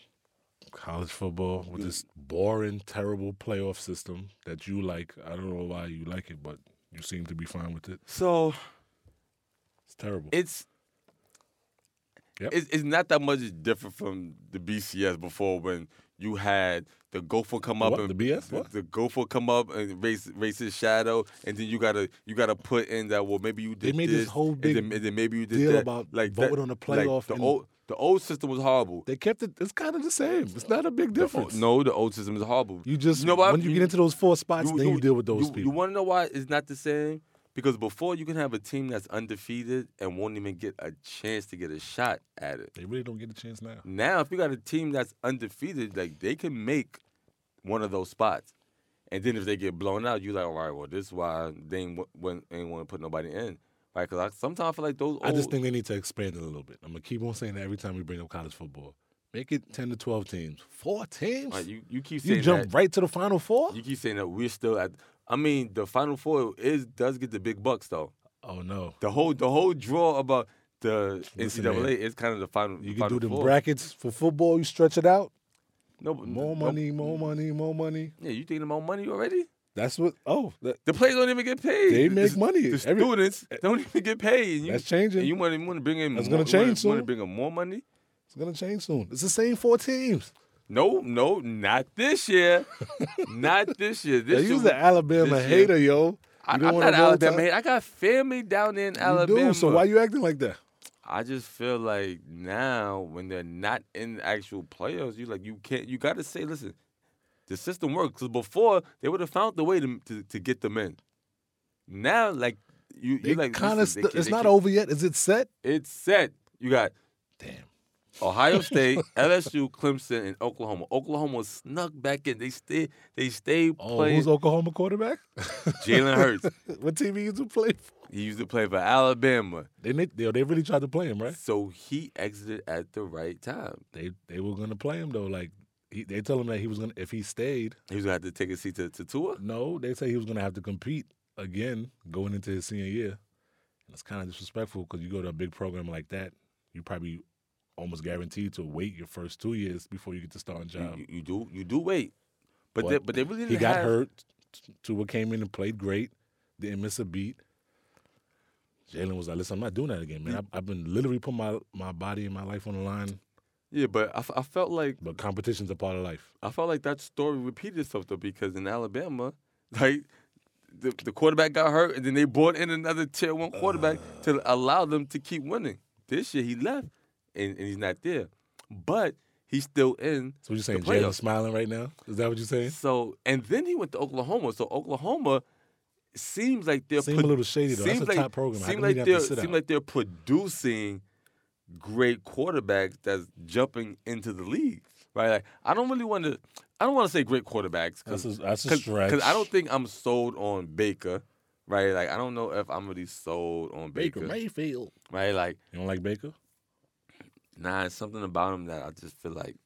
college football with this boring, terrible playoff system that you like. I don't know why you like it, but you seem to be fine with it. so It's terrible. it's. Yep. It's, it's not that much different from the BCS before when you had the gopher come up What? and The BS? What? the gopher come up and race race his shadow and then you gotta you gotta put in that well maybe you did They made this whole and big then, and then maybe you did deal that. about like voting that, on the like, playoff the and- old the old system was horrible they kept it. It's kind of the same. It's not a big difference. No, the old system is horrible. you just know why? when you, get into those four spots, then you, deal with those you- people. You want to know why it's not the same? Because before you can have a team that's undefeated and won't even get a chance to get a shot at it. they really don't get a chance now. Now, if you got a team that's undefeated, like they can make one of those spots, and then if they get blown out, you're like, all right, well, this is why they ain't, wa- wa- ain't want to put nobody in, right? Because I, sometimes I feel like those. Old, I just think they need to expand it a little bit. I'm gonna keep on saying that every time we bring up college football. Make it ten to twelve teams. Four teams. Like, you you keep saying you jump that. right to the final four. You keep saying that we're still at. I mean, the Final Four is does get the big bucks though. oh no. The whole the whole draw about the Listen, NCAA man, is kind of the final. You the can do final the four. Mm, brackets for football. You stretch it out. No, but- More no- money, more money, more money. Yeah, you thinking about money already? That's what. Oh, that, The players don't even get paid. They The- make the- money. The Every- students don't even get paid. And you, that's changing. And you want to want to bring in? That's more, gonna change Want to soon. bring in more money? it's gonna change soon. It's the same four teams. No, no, not this year. not this year. This They year use we- the Alabama this year- hater, yo. You I, I'm don't not wanna an roll Alabama. Tide? hater. I got family down in You Alabama. do. So why you acting like that? I just feel like now when they're not in the actual playoffs, you like you can't you gotta say, listen, the system works. Cause before they would have found the way to, to to get them in. Now like you They you like kind of. listen, they St- can't- it's they not can't- over yet. Is it set? It's set. You got Damn. Ohio State, LSU, Clemson, and Oklahoma. Oklahoma snuck back in. They stay they stay Oh, who's playing Oklahoma quarterback? Jalen Hurts. what team he used to play for? He used to play for Alabama. They ne- they, they really tried to play him, right? So he exited at the right time. They they were gonna play him though. Like he, they tell him that he was gonna if he stayed. He was gonna have to take a seat to, to tour. No, they say he was gonna have to compete again going into his senior year, and it's kind of disrespectful because you go to a big program like that, you probably almost guaranteed to wait your first two years before you get to start a You, job. you, you do you do wait, but they, but they really didn't Um, he got have- hurt. Tua came in and played great. Didn't miss a beat. Jalen was like, "Listen, I'm not doing that again, man. I've, I've been literally putting my, my body and my life on the line, Yeah, but I, f- I felt like but competition's a part of life." I felt like that story repeated itself though because in Alabama, like the, the quarterback got hurt and then they brought in another tier one quarterback Uh. to allow them to keep winning. This year he left and, and he's not there, but he's still in. So what you saying? The playoffs. Jalen's smiling right now. Is that what you're saying? So and then he went to Oklahoma. So Oklahoma seems like they're Seem pro- a little shady though. That's seems a top program. How Seems come like he didn't they're have to sit seems out? like they're producing great quarterbacks that's jumping into the league. Right? Like I don't really want to. I don't want to say great quarterbacks That's because a, that's a stretch. I don't think I'm sold on Baker. Right? Like I don't know if I'm really sold on Baker. Mayfield. Right? Like You don't like Baker? Nah, it's something about him that I just feel like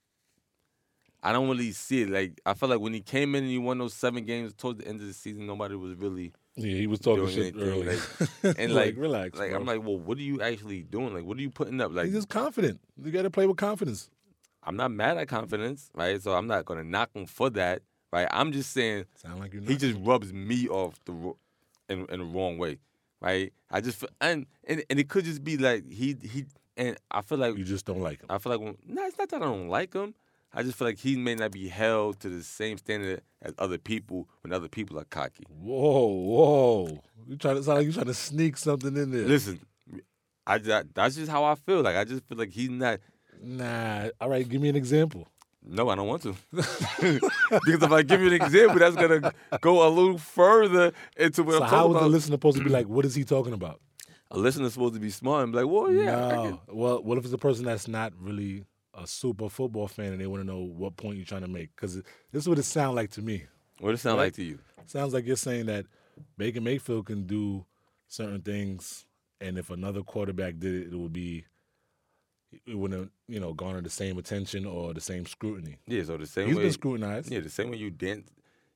I don't really see it. Like I feel like when he came in and he won those seven games towards the end of the season, nobody was really Yeah, he was talking Doing shit anything, early. like- and like relax. like I'm bro. like, well, what are you actually doing? Like, what are you putting up? Like, he's just confident. You got to play with confidence. I'm not mad at confidence, right? So I'm not gonna knock him for that, right? I'm just saying Sound like you. he just rubs me off the ro- in in the wrong way, right? I just feel, and, and and it could just be like he he and I feel like you just don't like him. I feel like when, nah, it's not that I don't like him. I just feel like he may not be held to the same standard as other people when other people are cocky. Whoa, whoa! You trying to sound like you trying to sneak something in there? Listen, I, ju- that's just how I feel. Like I just feel like he's not. Nah. All right, give me an example. No, I don't want to. because if I give you an example, that's gonna go a little further into what so I'm how talking was about. the listener supposed to be like? What is he talking about? a listener's supposed to be smart and be like, "Well, yeah, I get- no. Well, what if it's a person that's not really a super football fan and they want to know what point you're trying to make? Because this is what it sounds like to me. what it sound Right. like to you?" Sounds like you're saying that Baker Mayfield can do certain things, and if another quarterback did it, it would be it wouldn't you know garner the same attention or the same scrutiny. Yeah, so the same He's way. been scrutinized. Yeah, the same way you dance.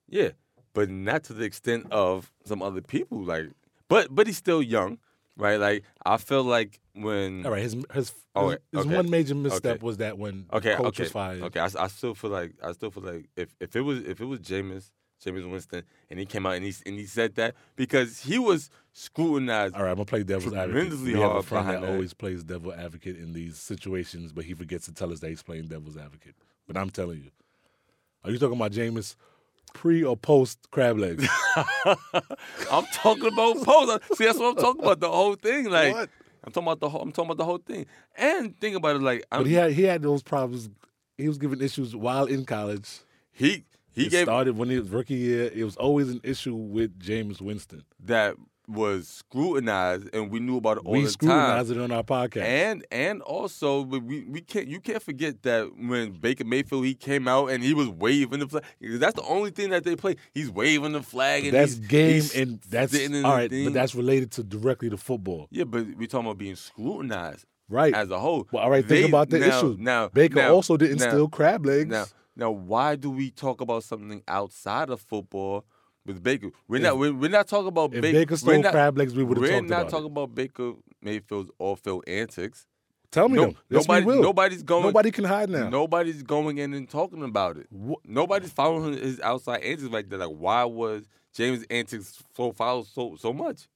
Yeah, but not to the extent of some other people. Like, but but he's still young, right? Like I feel like when All right, his his, his, Oh, wait, his okay. one major misstep Okay. was that when okay coach okay was fired. okay I, s- I still feel like I still feel like if if it was if it was Jameis Jameis Winston and he came out and he s- and he said that because he was scrutinized. All right, I'm gonna play devil's advocate. Tremendously We have a hard friend that, behind that. always plays devil advocate in these situations, but he forgets to tell us that he's playing devil's advocate. But I'm telling you, are you talking about Jameis pre or post crab legs? I'm talking about Poe. See, that's what I'm talking about. The whole thing, like. What? I'm talking about the whole. I'm talking about the whole thing, and think about it. Like, I'm, But he, he had he had those problems. He was given issues while in college. he it gave started when he was rookie year. It was always an issue with James Winston. that was scrutinized, and we knew about it all we the time. scrutinized it on our podcast. And and also we we we can't you can't forget that when Baker Mayfield he came out and he was waving the flag. That's the only thing that they play. He's waving the flag. And that's he's- game he's and that's sitting in the all right, thing. but that's related to directly to football, yeah. But we're talking about being scrutinized right? as a whole. well, all right, think They- about the now, issues. Now Baker now- also didn't now, steal crab legs. Now now why do we talk about something outside of football with Baker? We're not we're, we're not talking about if Baker. Baker we're stole not, crab legs, we would have We're talked not about talking it. about Baker Mayfield's off-field antics. Tell me No- them. Yes, we nobody- will. nobody's going- Nobody can hide now. Nobody's going in and talking about it. Wha- Nobody's following his outside antics like that. Like, why was James' antics so followed so so much?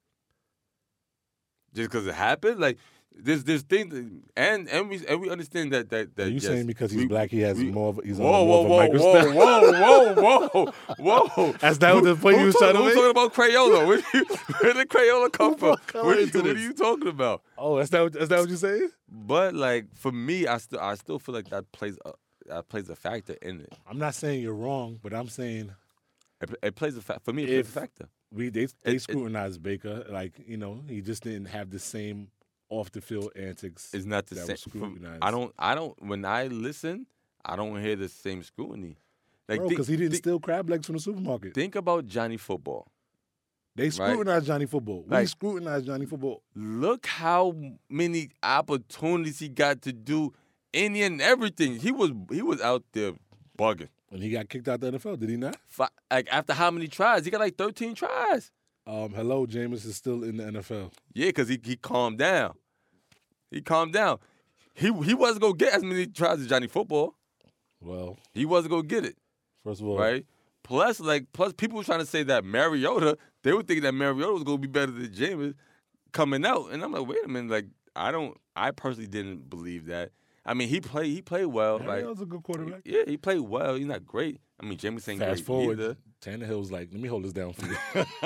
Just because it happened, like there's there's things, that- and and we and we understand that that that Are you yes, saying because he's we- black, he has we- more of a, he's Whoa, on whoa, more whoa, of a microscope? whoa, whoa, whoa, whoa, whoa! That's not Who- the point who you was talk- trying to who make? talking about Crayola? Where, do you, where did Crayola come from? brought color What are, you, into what are this? you talking about? Oh, that's that. That's that what you say? But like for me, I still I still feel like that plays a that plays a factor in it. I'm not saying you're wrong, but I'm saying It, it plays a fact for me. It If- plays a factor. we they they it- scrutinized Baker. Like you know, he just didn't have the same off the field antics. It's not the that same. was for- scrutinized. I don't. I don't. When I listen, I don't hear the same scrutiny. Like Bro, think- because he didn't think, steal crab legs from the supermarket. think about Johnny Football. They scrutinized Johnny Football. We Like- scrutinized Johnny Football. Look how many opportunities he got to do any and everything. He was he was out there bugging. When he got kicked out the NFL, did he not? Fi- Like after how many tries? He got like 13 tries. Um, hello, Jameis is still in the NFL. Yeah, because he, he calmed down. He calmed down. He he wasn't gonna get as many tries as Johnny Football. Well, He wasn't gonna get it, first of all, right? Plus, like, plus people were trying to say that Mariota, they were thinking that Mariota was gonna be better than Jameis coming out, and I'm like, wait a minute, like, I don't, I personally didn't believe that. I mean, he played, he played well, Harry like, was a good quarterback. yeah, he played well. He's not great. I mean, Jameis ain't Fast great forward, either. Tannehill's like, let me hold this down for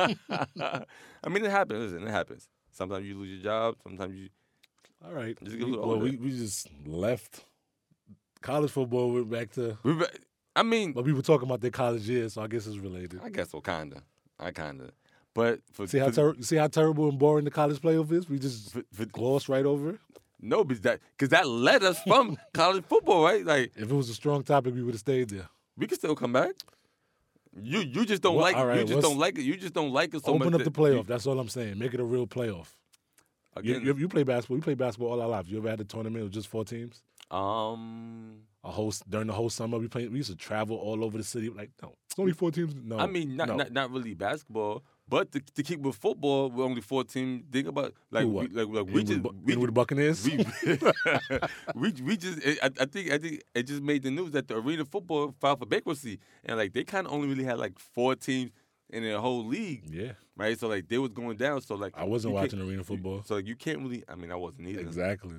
you. I mean, it happens. Listen, it happens. Sometimes you lose your job. Sometimes you. all right. Just get a we, little well, older. we, we just left college football. We're back to, we be- I mean, but we were talking about their college years, so I guess it's related. I guess so, kinda. I kinda. But for, See how for- ter- see how terrible and boring the college playoff is. We just for- for- gloss right over it. no, because that because that led us from college football, right? Like If it was a strong topic, we would have stayed there. we can still come back. You you just don't Well, like all right, you just let's- don't like it. You just don't like it so Open much. up the that- playoff. That's all I'm saying. Make it a real playoff. You, Again, you, you play basketball. We play basketball all our lives. You ever had a tournament with just four teams? um, A whole s- during the whole summer, we played. We used to travel all over the city. Like no, it's only four teams. No, I mean not, Oh, no. not not really basketball, but to, to keep with football, we're only four teams. Think about like Do we, what? like like In we with just Bu- we in with the Buccaneers. we, we we just I, I think I think it just made the news that the arena football filed for bankruptcy and like they kind of only really had like four teams in their whole league, yeah, right? So like they was going down. So like I wasn't you can't- watching arena football. So like you can't really. I mean, I wasn't either, Exactly.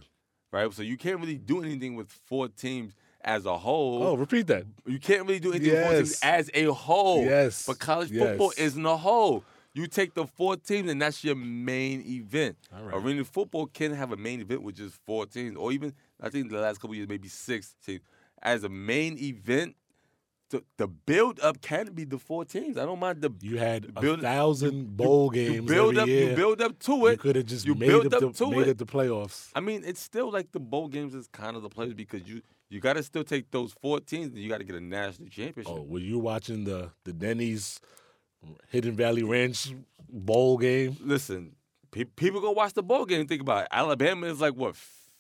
right? So you can't really do anything with four teams as a whole. Oh, repeat that. You can't really do anything with four teams Yes. as a whole. Yes. But college football Yes. isn't a whole. You take the four teams and that's your main event. All right. Arena football can have a main event with just four teams, or even I think the last couple years maybe six teams. As a main event, the, the build up can be the four teams. I don't mind the You had a build- thousand bowl games you build every up year. you build up to it. could have just you made build it up the, to made it. it. the playoffs. I mean, it's still like the bowl games is kind of the place because you you got to still take those four teams and you got to get a national championship. Oh, were you watching the the Denny's Hidden Valley Ranch bowl game? listen, pe- people go watch the bowl game. and Think about it. Alabama is like what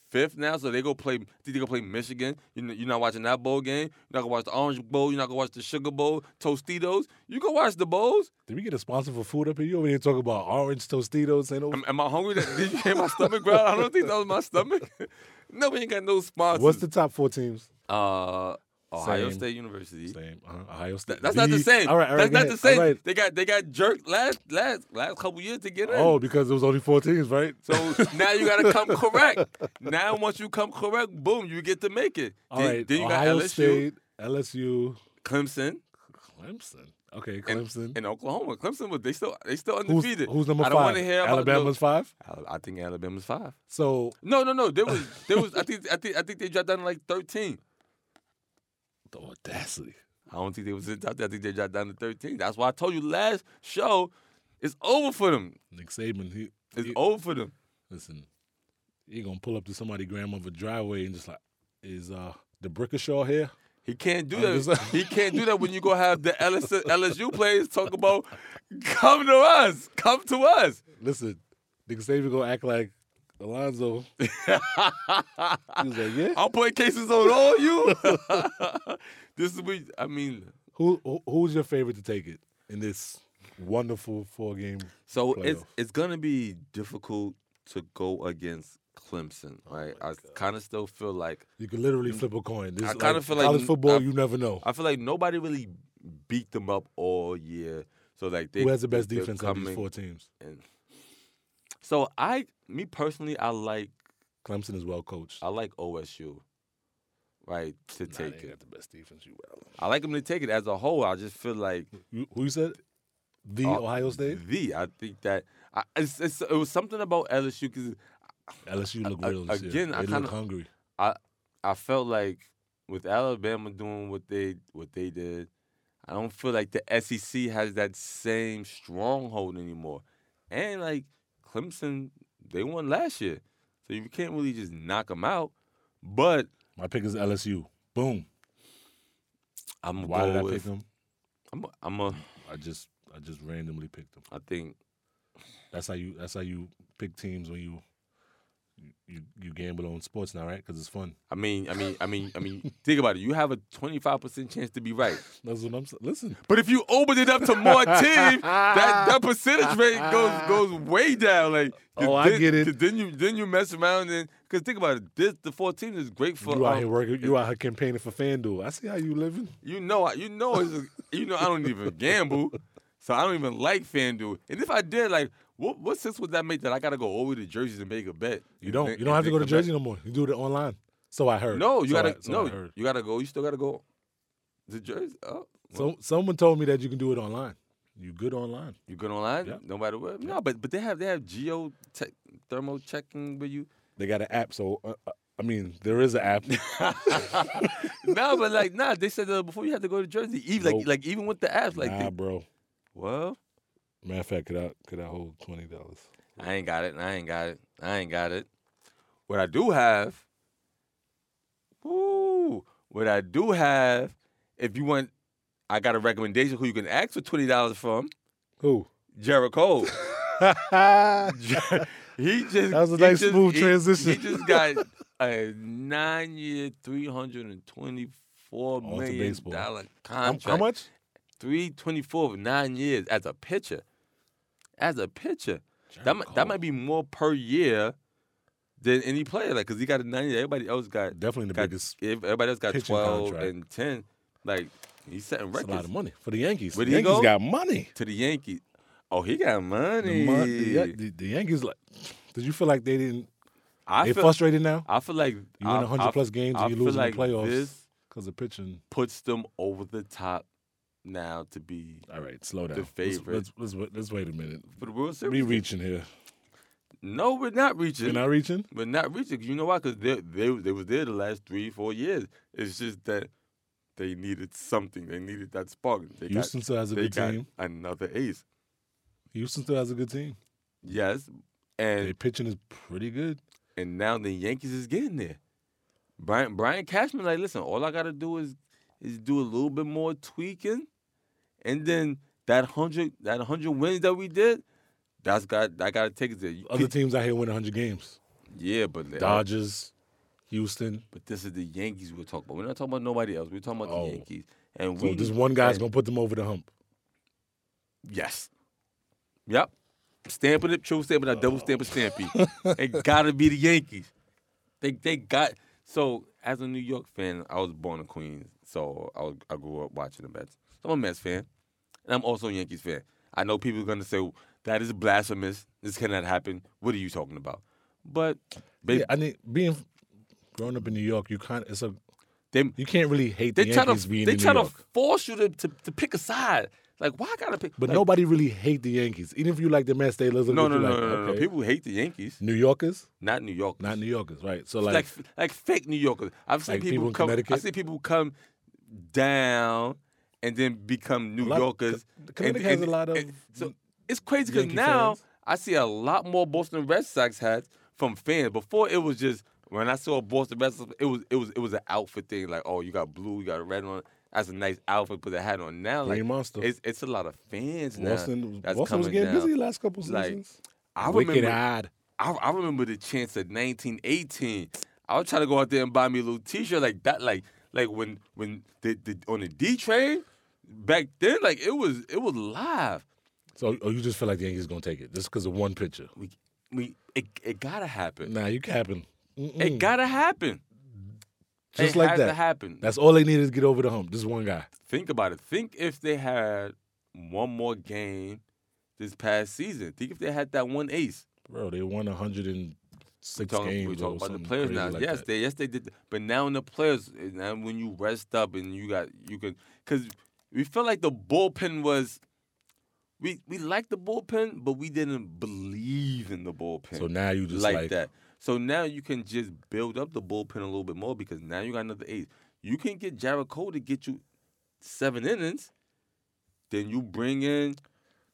fifth now, so they go play. think They go play Michigan. You know, you're not watching that bowl game. You're not gonna watch the Orange Bowl. You're not gonna watch the Sugar Bowl, Tostitos. You go watch the bowls. Did we get a sponsor for food up here? You over here talking about orange Tostitos and Am, am I hungry? Did you hear my stomach growl? I don't think that was my stomach. no, we ain't got no sponsors. What's the top four teams? uh, Ohio Same. State University? Same. Uh-huh. Ohio State. Th- That's not the same. All right, all right. That's not go ahead. the same. All right. They got they got jerked last last last couple years to get in. Oh, because it was only four teams, right? So now you gotta come correct. Now once you come correct, boom, you get to make it. All right. you Ohio got LSU, State, LSU, Clemson, Clemson. Okay, and- Clemson. and Oklahoma. Clemson was they still they still who's, undefeated. who's number I don't five? want to hear about Alabama's five. No, I I think Alabama's five. So No, no, no. There was there was I think I think I think they dropped down to like thirteen. the audacity. I don't think they was in top ten. I think they dropped down to thirteen. That's why I told you last show, it's over for them. Nick Saban. He It's he- over for them. Listen, you're gonna pull up to somebody grandmother driveway and just like, is uh the Brickashaw here? He can't do I'm that. just- he can't do that when you go have the LSU, LSU players talk about come to us, come to us. Listen, Nick Saban gonna act like Alonzo. he was like, yeah. I'll put cases on all you. this is what I mean. Who, who who's your favorite to take it in this wonderful four game? So it's Playoff. it's gonna be difficult to go against Clemson, right? I kind of still feel like You can literally flip a coin. This I is kinda feel like college n- football. I- you never know. I feel like nobody really beat them up all year. So like they Who has the best they're defense out of these coming four teams? in. So I, me personally, I like Clemson is well coached. I like OSU, right? To Nah, they take ain't it, got the best defense. You well. I like them to take it as a whole. I just feel like You, who you said? The Uh, Ohio State, the. I think that I, it's, it's, it was something about LSU because LSU look a- real this year. again, I They kinda- look hungry. I I felt like with Alabama doing what they what they did, I don't feel like the SEC has that same stronghold anymore. And like Clemson, they won last year, so you can't really just knock them out. But My pick is LSU. Boom. I'm Why did I going pick with them? I'm a, I'm a I just I just randomly picked them. I think That's how you that's how you pick teams when you you you gamble on sports now, right? Because it's fun. I mean, I mean, I mean, I mean. Think about it. You have a twenty five percent chance to be right, That's what I'm saying. Listen, but if you open it up to more teams, that, that percentage rate goes goes way down. Like, 'cause Oh, I then- get it. 'cause Then you then you mess around and because think about it. This the four teams is great for you out um, here working. You out here campaigning for FanDuel. I see how you living. You know, I- you know, it's you know, I don't even gamble, so I don't even like FanDuel. And if I did, like, what what sense would that make that I gotta go over to Jersey to make a bet? You And don't. think- You don't have and to go to think a bet? Jersey no more. You do it online. So I heard. No, you So I- gotta so I no, heard. you gotta go. You still gotta go to Jersey. Oh, well, So someone told me that you can do it online. You good online? you good online? Yeah. No matter what. No, but but they have they have geo tech thermal checking with you. They got an app. So uh, uh, I mean, there is an app. no, but like nah, they said that before you had to go to Jersey. Even Nope. like like even with the apps, like nah, they, bro. well, Matter of fact, could I could I hold twenty dollars? I ain't got it. I ain't got it. I ain't got it. What I do have, ooh, what I do have, if you want, I got a recommendation who you can ask for twenty dollars from. Who? Jared Cole. that He just that was a nice smooth He transition. just got a nine-year, three hundred and twenty-four to million Oh, baseball. dollar How, contract. how much? Three twenty-four for nine years as a pitcher. As a pitcher. That might, that might be more per year than any player, like because he got a ninety. Everybody else got, definitely the got biggest. ev- everybody else got pitching twelve contract. and ten. Like he's setting That's a lot records of money for the Yankees. Where'd The he Yankees go? got money. to the Yankees. Oh, he got money. The, mon- the, Ya- the, the Yankees like. Did you feel like they didn't? I they feel, frustrated now I feel like You win 100 plus games and you lose in losing the playoffs. This because of pitching. puts them over the top now to be All right, slow down. The Let's- favorite. Let's, let's, wait- let's wait a minute. for the World Series. We reaching here. No, we're not reaching. We're not reaching. But not reaching. You know why? Because they, they they was there the last three four years. It's just that they needed something. They needed that spark. They Houston got, still has a they good got team. another ace. Houston still has a good team. Yes, Their and pitching is pretty good. and now the Yankees is getting there. Brian Brian Cashman like listen. All I gotta do is is do a little bit more tweaking, and then that hundred that hundred wins that we did. That's got that gotta take it there. You Other could- teams out here win 100 games. yeah, but they- Dodgers, Houston. But this is the Yankees we're talking about. We're not talking about nobody else. We're talking about Oh. the Yankees. And So we this one guy's and- gonna put them over the hump. Yes. Yep. Stamping it, triple stamping, a double stamp, a stampy. it gotta be the Yankees. They they got so as a New York fan, I was born in Queens, so I was, I grew up watching the Mets. So I'm a Mets fan, and I'm also a Yankees fan. I know people are gonna say that is blasphemous. This cannot happen. What are you talking about? But they yeah, I mean, being growing up in New York, you kind it's a they you can't really hate they the try to Yankees being they in New try to York. force you to, to to pick a side. Like why I gotta pick? But like, nobody really hate the Yankees. Even if you like the Mets, they listen. no, with no, you no, like, no, no, no. okay. People hate the Yankees, New Yorkers, not New Yorkers. not New Yorkers, right? So like like, like fake New Yorkers. I've seen Like people, people in come. I Connecticut? see people come down and then become New lot- Yorkers. Co- and- Connecticut and- has a lot of and- so it's crazy because Yankee now fans. I see a lot more Boston Red Sox hats from fans. Before it was just when I saw Boston Red Sox, it was it was it was an outfit thing. Like oh, you got blue, you got red on. That's a nice outfit. Put a hat on now. Green like Monster. It's it's a lot of fans now. Boston, that's Boston was coming getting down. busy the last couple Like, seasons. I Wicked remember. odd. I, I remember the chance of 1918. I was trying to go out there and buy me a little T-shirt like that, like like when when the, the on the D train back then, like it was it was live. So or you just feel like the Yankees gonna take it just because of one pitcher? We we it, it gotta happen. Nah, you capping. It Mm-mm. gotta happen. Mm. just it like has that. to happen. That's all they needed to get over the hump. This one guy. Think about it. Think if they had one more game this past season. Think if they had that one ace. Bro, they won 106 talking, games. We talk or about the something players crazy now. like yes, that. they yes they did. th- But now in the players, and now when you rest up and you got you can because we felt like the bullpen was. We we liked the bullpen, but we didn't believe in the bullpen So now you just like, like, that. So now you can just build up the bullpen a little bit more because now you got another ace. You can get Jared Cole to get you seven innings. Then you bring in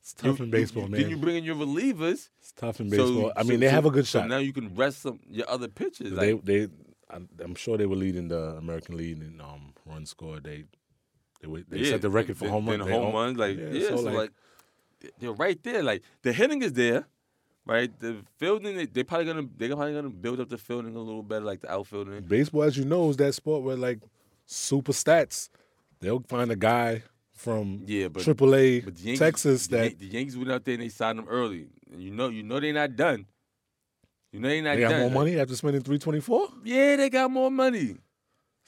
It's tough you- in you- baseball, you- man. Then you bring in your relievers. it's tough in So- baseball. I mean, so- they so- have a good so shot. now you can rest some your other pitches. they, Like, they, I'm, I'm sure they were leading the American League in um, run score. They, they, were- they yeah, set the record for then- home then run. home runs, like yeah, so, like, they're right there. Like the hitting is there, right? The fielding, they, they probably gonna they're probably gonna build up the fielding a little better, like the outfielding. Baseball, as you know, is that sport where like super stats, they'll find a guy from Yeah, but- Triple A But the Yankees, Texas the, that Yan- the Yankees went out there and they signed him early, and you know, you know they're not done. You know they're not they got done. more money after spending three twenty four. Yeah, they got more money.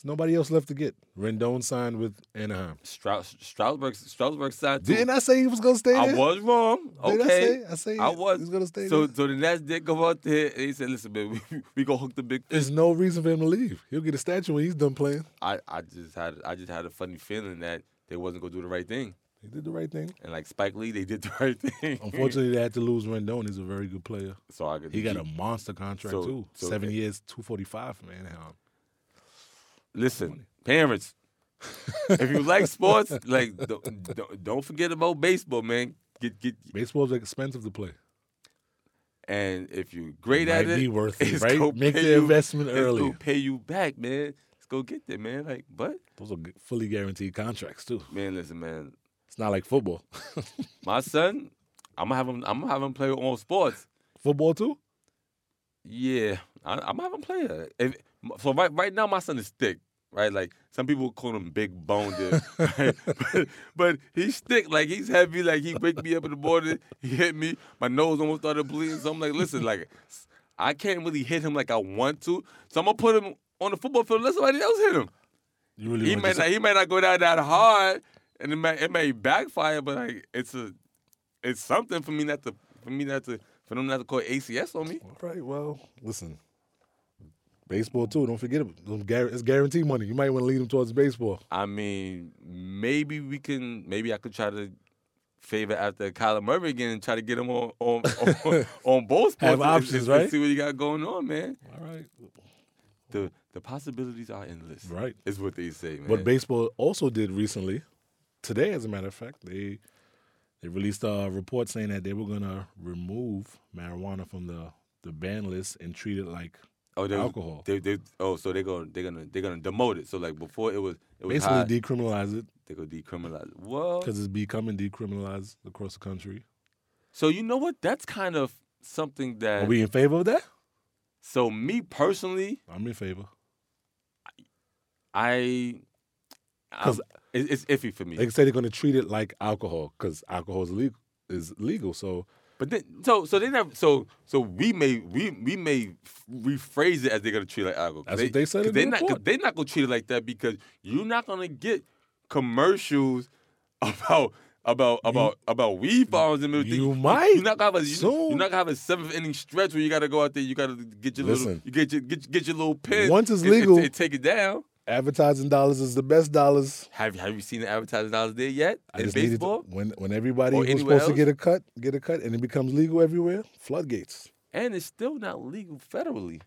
There's nobody else left to get. Rendon signed with Anaheim. Stroud, Stroudsburg, Stroudsburg signed too. Didn't I say he was gonna stay there? I was wrong. Okay. Did I say? I say I he- was. He's gonna stay So, there. so the Nats did go out there and he said, "Listen, man, we, we gonna hook the big fish." There's no reason for him to leave. He'll get a statue when he's done playing. I, I just had, I just had a funny feeling that they wasn't gonna do the right thing, He did the right thing. and like Spike Lee, they did the right thing. Unfortunately, they had to lose Rendon. He's a very good player. so I could He got a monster contract So- too. so- Seven years, two forty five from Anaheim. listen, parents. if you like sports, like don't, don't- don't forget about baseball, man. Get get, Baseball's expensive to play. and if you're great Might at it, be worth it, it's right? gonna Make pay the you- investment it's early. gonna pay you back, man. Let's go get there, man. Like, but Those are gu- fully guaranteed contracts too. man, listen, man. It's not like football. My son, I'm gonna have him. I'm gonna have him play all sports. football too. Yeah, I, I'm gonna have him play that. If, so right, right now, my son is thick. Right, like some people call him big boned, right? but, but he's thick. Like he's heavy. Like he wake me up in the morning. He hit me. My nose almost started bleeding. So I'm like, listen, like I can't really hit him like I want to. So I'm gonna put him on the football field. Let somebody else hit him. You really He want may your not. He may not go down that hard, and it may it may backfire. But like it's a, it's something for me not to for me not to for them not to call ACS on me. All right. Well, listen. Baseball too. Don't forget it. Them guar- It's guaranteed money. You might want to lead them towards baseball. I mean, maybe we can. Maybe I could try to favor after Kyler Murray again and try to get him on on on, on both sports. Have and- options, and right? See what you got going on, man. All right. The the possibilities are endless. Right. is what they say, man. What baseball also did recently, today as a matter of fact, they they released a report saying that they were gonna remove marijuana from the the ban list and treat it like oh, they, alcohol. They, they, oh, so they're gonna they're gonna they're gonna demote it. So like before it was it was basically high, decriminalize it they go decriminalize. it. Whoa. because it's becoming decriminalized across the country. So you know what? That's kind of something Are that. we in favor of that? so me personally, I'm in favor. I. I'm- 'Cause- it- it's iffy for me. They say they're gonna treat it like alcohol because alcohol is legal. Is legal, so But then, so so they never so so we may we we may f- rephrase it as they're gonna treat it like alcohol. 'Cause That's what they said 'cause in the They're not 'cause report. they're not gonna treat it like that because you're not gonna get commercials about about about about weed farms and everything. you might You're not gonna have a you, soon. are not gonna have a seventh inning stretch where you gotta go out there. You gotta get your Listen. little you get your get, get your little pin. Once it's and- and- legal- and take it down. advertising dollars is the best dollars. Have have you seen the advertising dollars there yet I in just needed to- baseball? when when everybody Or was anywhere supposed to else? get a cut, get a cut, and it becomes legal everywhere. Floodgates. And it's still not legal federally.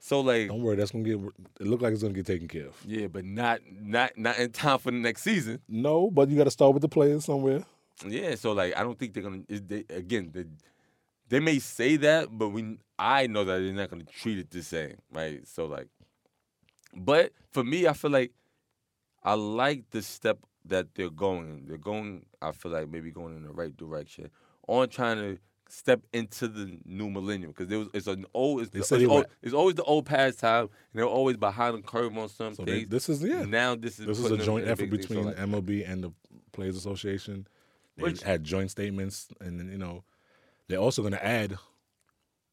So like Don't worry, that's gonna get. It look like it's gonna get taken care of. Yeah, but not not not in time for the next season. No, but you got to start with the players somewhere. Yeah, so like I don't think they're gonna. Is they, again, they, they may say that, but we I know that they're not gonna treat it the same, right? So like, but for me, I feel like I like the step that they're going. in. They're going. I feel like maybe going in the right direction on trying to step into the new millennium because there was it's an old it's, They the- said it's it old- right. it's always the old pastime and they're always behind the curve on some So they, things. this is yeah. Now this is this is putting a them joint in effort big thing. So, between like, MLB and the Players Association. They Which- had joint statements, and then, you know, they're also gonna add.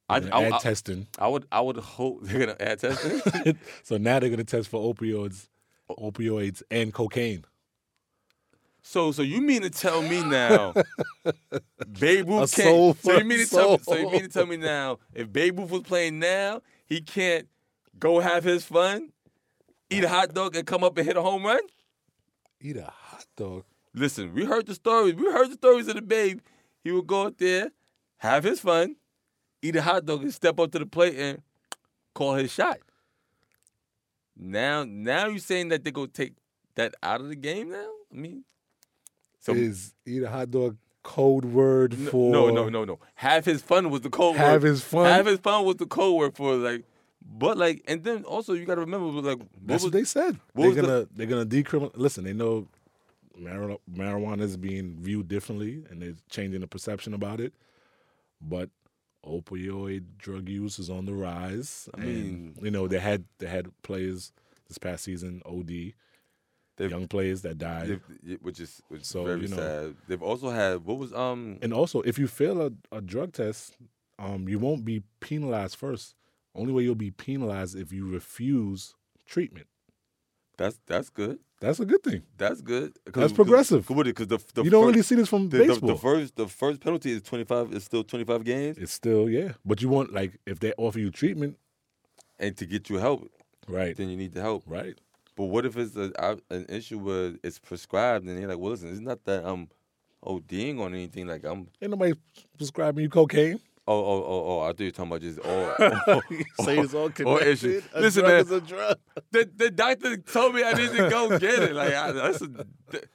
I, they're I, gonna add I- testing. I would I would hope they're gonna add testing. so now they're gonna test for opioids, opioids and cocaine. so so you mean to tell me now, Babe Ruth can't? A soul so for you mean a to tell me? So soul. you mean to tell me now, if Babe Ruth was playing now, he can't go have his fun, eat a hot dog, and come up and hit a home run? Eat a hot dog. Listen, we heard the stories. We heard the stories of the Babe. He would go out there, have his fun, eat a hot dog, and step up to the plate and call his shot. Now, now you're saying that they're gonna take that out of the game now? I mean, so is eat a hot dog code word no, for no, no, no, no. Have his fun was the code Have word. his fun? Have his fun was the code word for like, but like, and then also you gotta remember like, what That's was, what they said. what was they're the- gonna they're gonna decriminalize. Listen, they know marijuana, marijuana is being viewed differently, and they're changing the perception about it. But opioid drug use is on the rise. I and, mean- you know, they had they had players this past season, OD, They've- young players that died. They've- y- which is which is So, very you know- sad. They've also had what was um And also, if you fail a, a drug test, um, you won't be penalized first. Only way you'll be penalized if you refuse treatment. that's that's good. That's a good thing. That's good. That's progressive. Because the, the you don't fir- really see this from the, the, baseball. the first the first penalty is twenty five is still twenty five games, it's still yeah, but you want like if they offer you treatment, and to get you help, right, then you need the help. right, But what if it's a, I- an issue where it's prescribed and they're like, well, listen, it's not that I'm ODing on anything. Like I'm ain't nobody prescribing you cocaine. oh oh oh oh. I thought you were talking about just oh. Say it's all or issue. connected. A Listen, drug man. is a drug. the, the doctor told me I need to go get it. Like I, that's a,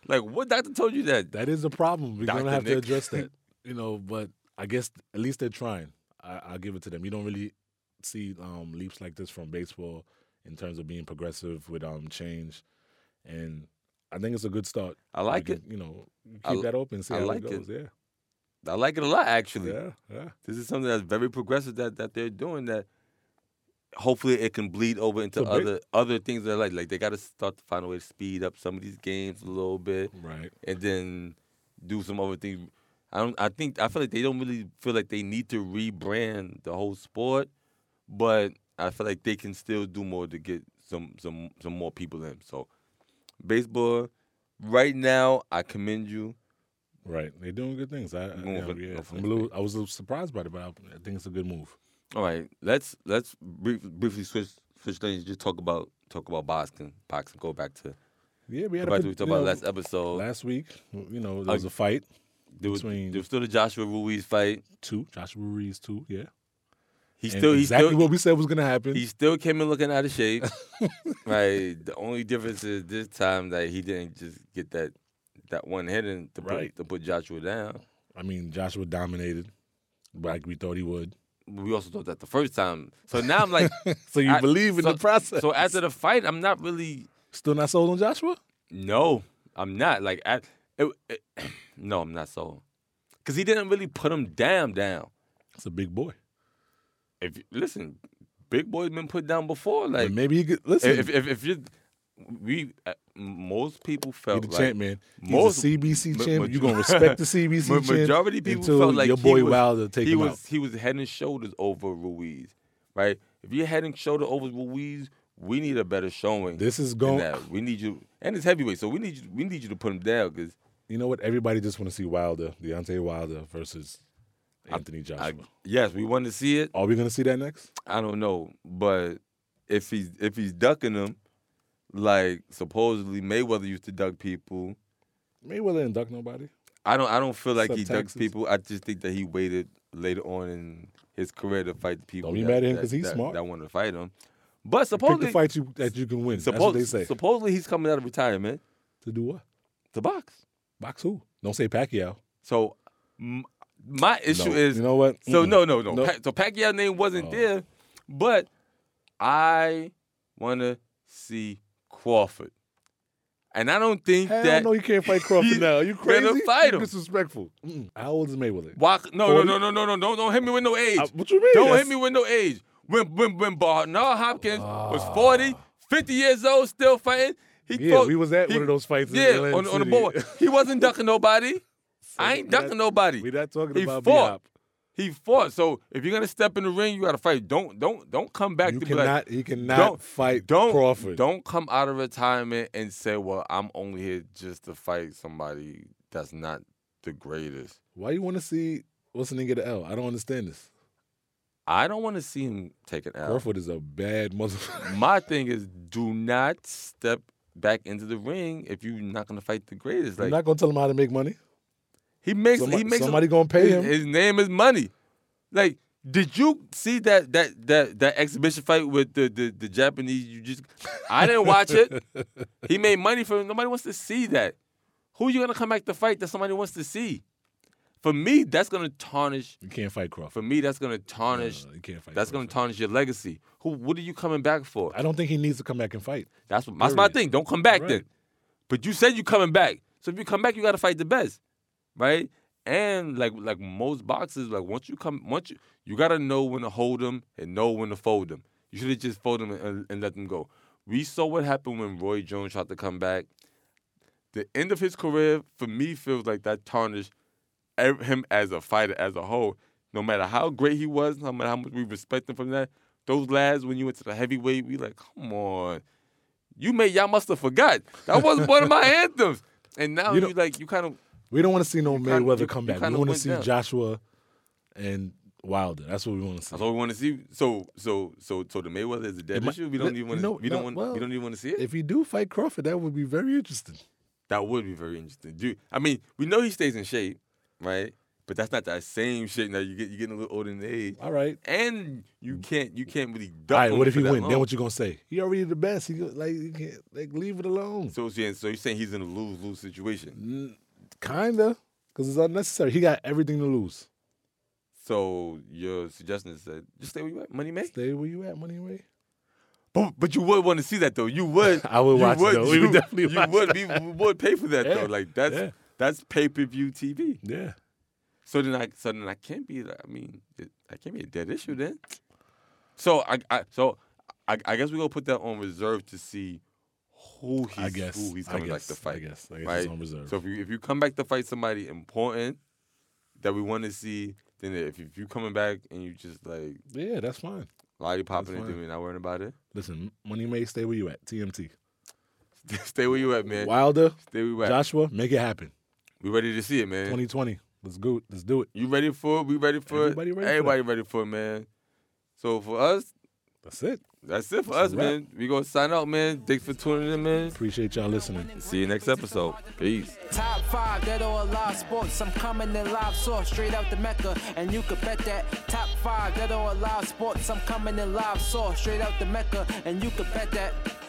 like what doctor told you that? That is a problem. We're Dr. gonna have to Nick. address that. You know, but I guess at least they're trying. I, I'll give it to them. You don't really see um, leaps like this from baseball in terms of being progressive with um, change, and I think it's a good start. I like You it. can, You know, keep I l- that open. See I how like it it. goes. I like it a lot Yeah, actually. yeah, yeah. This is something that's very progressive that that they're doing that. Hopefully, it can bleed over into Could be. other other things that like like they got to start to find a way to speed up some of these games a little bit. Right. and then do some other thing. I don't. I think I feel like they don't really feel like they need to rebrand the whole sport, but I feel like they can still do more to get some some some more people in. So, baseball, right now, I commend you. Right, they're doing good things. I, I, Going yeah, for- yeah. going for I'm a the little, I was a little surprised by it, but I, I think it's a good move. All right, let's let's brief, briefly switch switch lanes. Just talk about talk about boxing, boxing. Go back to Yeah, go we had back to a what good- we talked you about know, last episode. last week. You know, Uh, there was a fight. there, was, between- there was still the Joshua Ruiz fight. Two, Joshua Reeves, two. Yeah, He And still he exactly still what we said was gonna happen. He still came in looking out of shape. right. The only difference is this time that he didn't just get that that one hit in to Right. put to put Joshua down. I mean, Joshua dominated like we thought he would. We also thought that the first time. So now I'm like So you I- believe in so- the process? So after the fight, I'm not really Still not sold on Joshua? no, I'm not like I it, it, no, I'm not so. Cuz he didn't really put him down down. It's a big boy. If you- listen, big boy's been put down before like but maybe he could listen. if if, if you we uh, most people he felt the like champ, man. He's most- a CBC ma- champ. ma- You gonna respect the CBC Ma- champ majority of people until felt like your boy he was, Wilder take he him was out. he was head and shoulders over Ruiz, right? If you're head and shoulder over Ruiz, we need a better showing. This is than going. that. We need you, and it's heavyweight, so we need you. We need you to put him down because You know what? Everybody just want to see Wilder, Deontay Wilder versus Anthony Joshua. yes, we want to see it. Are we gonna see that next? I don't know, but if he's if he's ducking him, like supposedly Mayweather used to duck people. Mayweather didn't duck nobody. I don't. I don't feel like Except he ducks taxes. people. I just think that he waited later on in his career to fight the people. be that- mad at him that- 'cause he's that- smart. That want to fight him. But Pick the supposedly, fight you, that you can win. That's what supposedly, they say. supposedly he's coming out of retirement to do what? to box. Box who? Don't say Pacquiao. So m- my issue No. is you know what? so Mm-mm. no no no. No. Pa- so Pacquiao name wasn't Oh. there, but I want to see Crawford, and I don't think Hell that no, you can't fight Crawford He's now. You crazy? gonna fight You him. Disrespectful. Mm-mm. How old is Mayweather? Wak- no, no Forty? no no no no don't don't hit me with no age. Uh, what you mean? Don't That's- hit me with no age. When when when Bernard Hopkins was 40, 50 years old, still fighting, he Ah. Yeah, fought- we was at he- one of those fights. in Yeah, Atlantic on, on the City. board. He wasn't ducking nobody. I ain't we ducking not- nobody. We're not talking He fought. about B-Hop. He fought. So if you're gonna step in the ring, you gotta fight. Don't don't don't come back You to be like cannot. He cannot don't fight don't Crawford. don't come out of retirement and say, well, I'm only here just to fight somebody that's not the greatest. Why you want to see what's the nigga the L? I don't understand this. I don't want to see him take an L. Crawford is a bad motherfucker. My thing is, do not step back into the ring if you're not gonna fight the greatest. I'm Like not gonna tell him how to make money. he makes, Somebody, he makes somebody gonna pay his, him. His name is Money. Like, did you see that that that that exhibition fight with the the, the Japanese? You just, I didn't watch it. he made money for nobody wants to see that. Who you gonna come back to fight that somebody wants to see? For me, that's gonna tarnish. you can't fight Crawford. For me, that's gonna tarnish. No, you can't fight. That's gonna Crawford. tarnish your legacy. Who? What are you coming back for? I don't think he needs to come back and fight. That's what, that's my Period. thing. Don't come back Right. then. But you said you coming back. So if you come back, you got to fight the best, right? And like like most boxes, like once you come, once you you gotta know when to hold them and know when to fold them. You should have just folded them and, and let them go. We saw what happened when Roy Jones tried to come back. The end of his career for me feels like that tarnished ev- him as a fighter as a whole. No matter how great he was, no matter how much we respect him from that, those lads when you went to the heavyweight, we like, come on, you made y'all must have forgot that was one of my anthems. And now You you, know- like you kind of We don't want to see no kinda- Mayweather you- come you back. We kinda want to went see down. Joshua and Wilder. That's what we want to see. that's all we want to see. So so so so the Mayweather is a dead It might- issue. We don't no, even want no, to. We don't no, want. well, we don't even want to see it. If he do fight Crawford, that would be very interesting. That would be very interesting. Dude, I mean, we know he stays in shape, right? But that's not that same shape. Now you get you getting a little older in age, All right. and you can't you can't really. Duck All right. him What if for he that win? Then long. what you gonna say? He already the best. He go- like you can't like leave it alone. So yeah, so you're saying he's in a lose lose situation. Kinda, because it's unnecessary. He got everything to lose. So your suggestion is that just stay where you at, money make. Stay where you at, money way. But, but you would want to see that though. You would. I would you watch it, though. We You, would definitely you watch would. Be, we would pay for that Yeah, though. Like that's yeah. that's pay per view TV. Yeah. So then I so then I can't be. I mean, it, I can't be a dead issue then. So I, I so I, I guess we are gonna put that on reserve to see who he's I guess. who he's I coming guess. back to fight. I guess. I guess right? it's on reserve. So if you if you come back to fight somebody important that we want to see, then if if you coming back and you just like yeah, that's fine. lolly popping and fine. doing, not worrying about it. Listen, money may stay where you at. TMT. Stay where you at, man. Wilder, Stay where you at. Joshua, make it happen. We ready to see it, man. 2020. Let's go. Let's do it. You ready for it? We ready for Everybody it? ready for Everybody ready for it, man. So for us, That's it. that's it for That's us, a wrap. man. We gonna sign out, man. Thanks for tuning in, man. Appreciate y'all listening. See you next episode. Peace. Top five, dead or alive sports. I'm coming in live source, straight out the Mecca, and you can bet that. Top five, dead or alive sports. I'm coming in live source, straight out the Mecca, and you can bet that.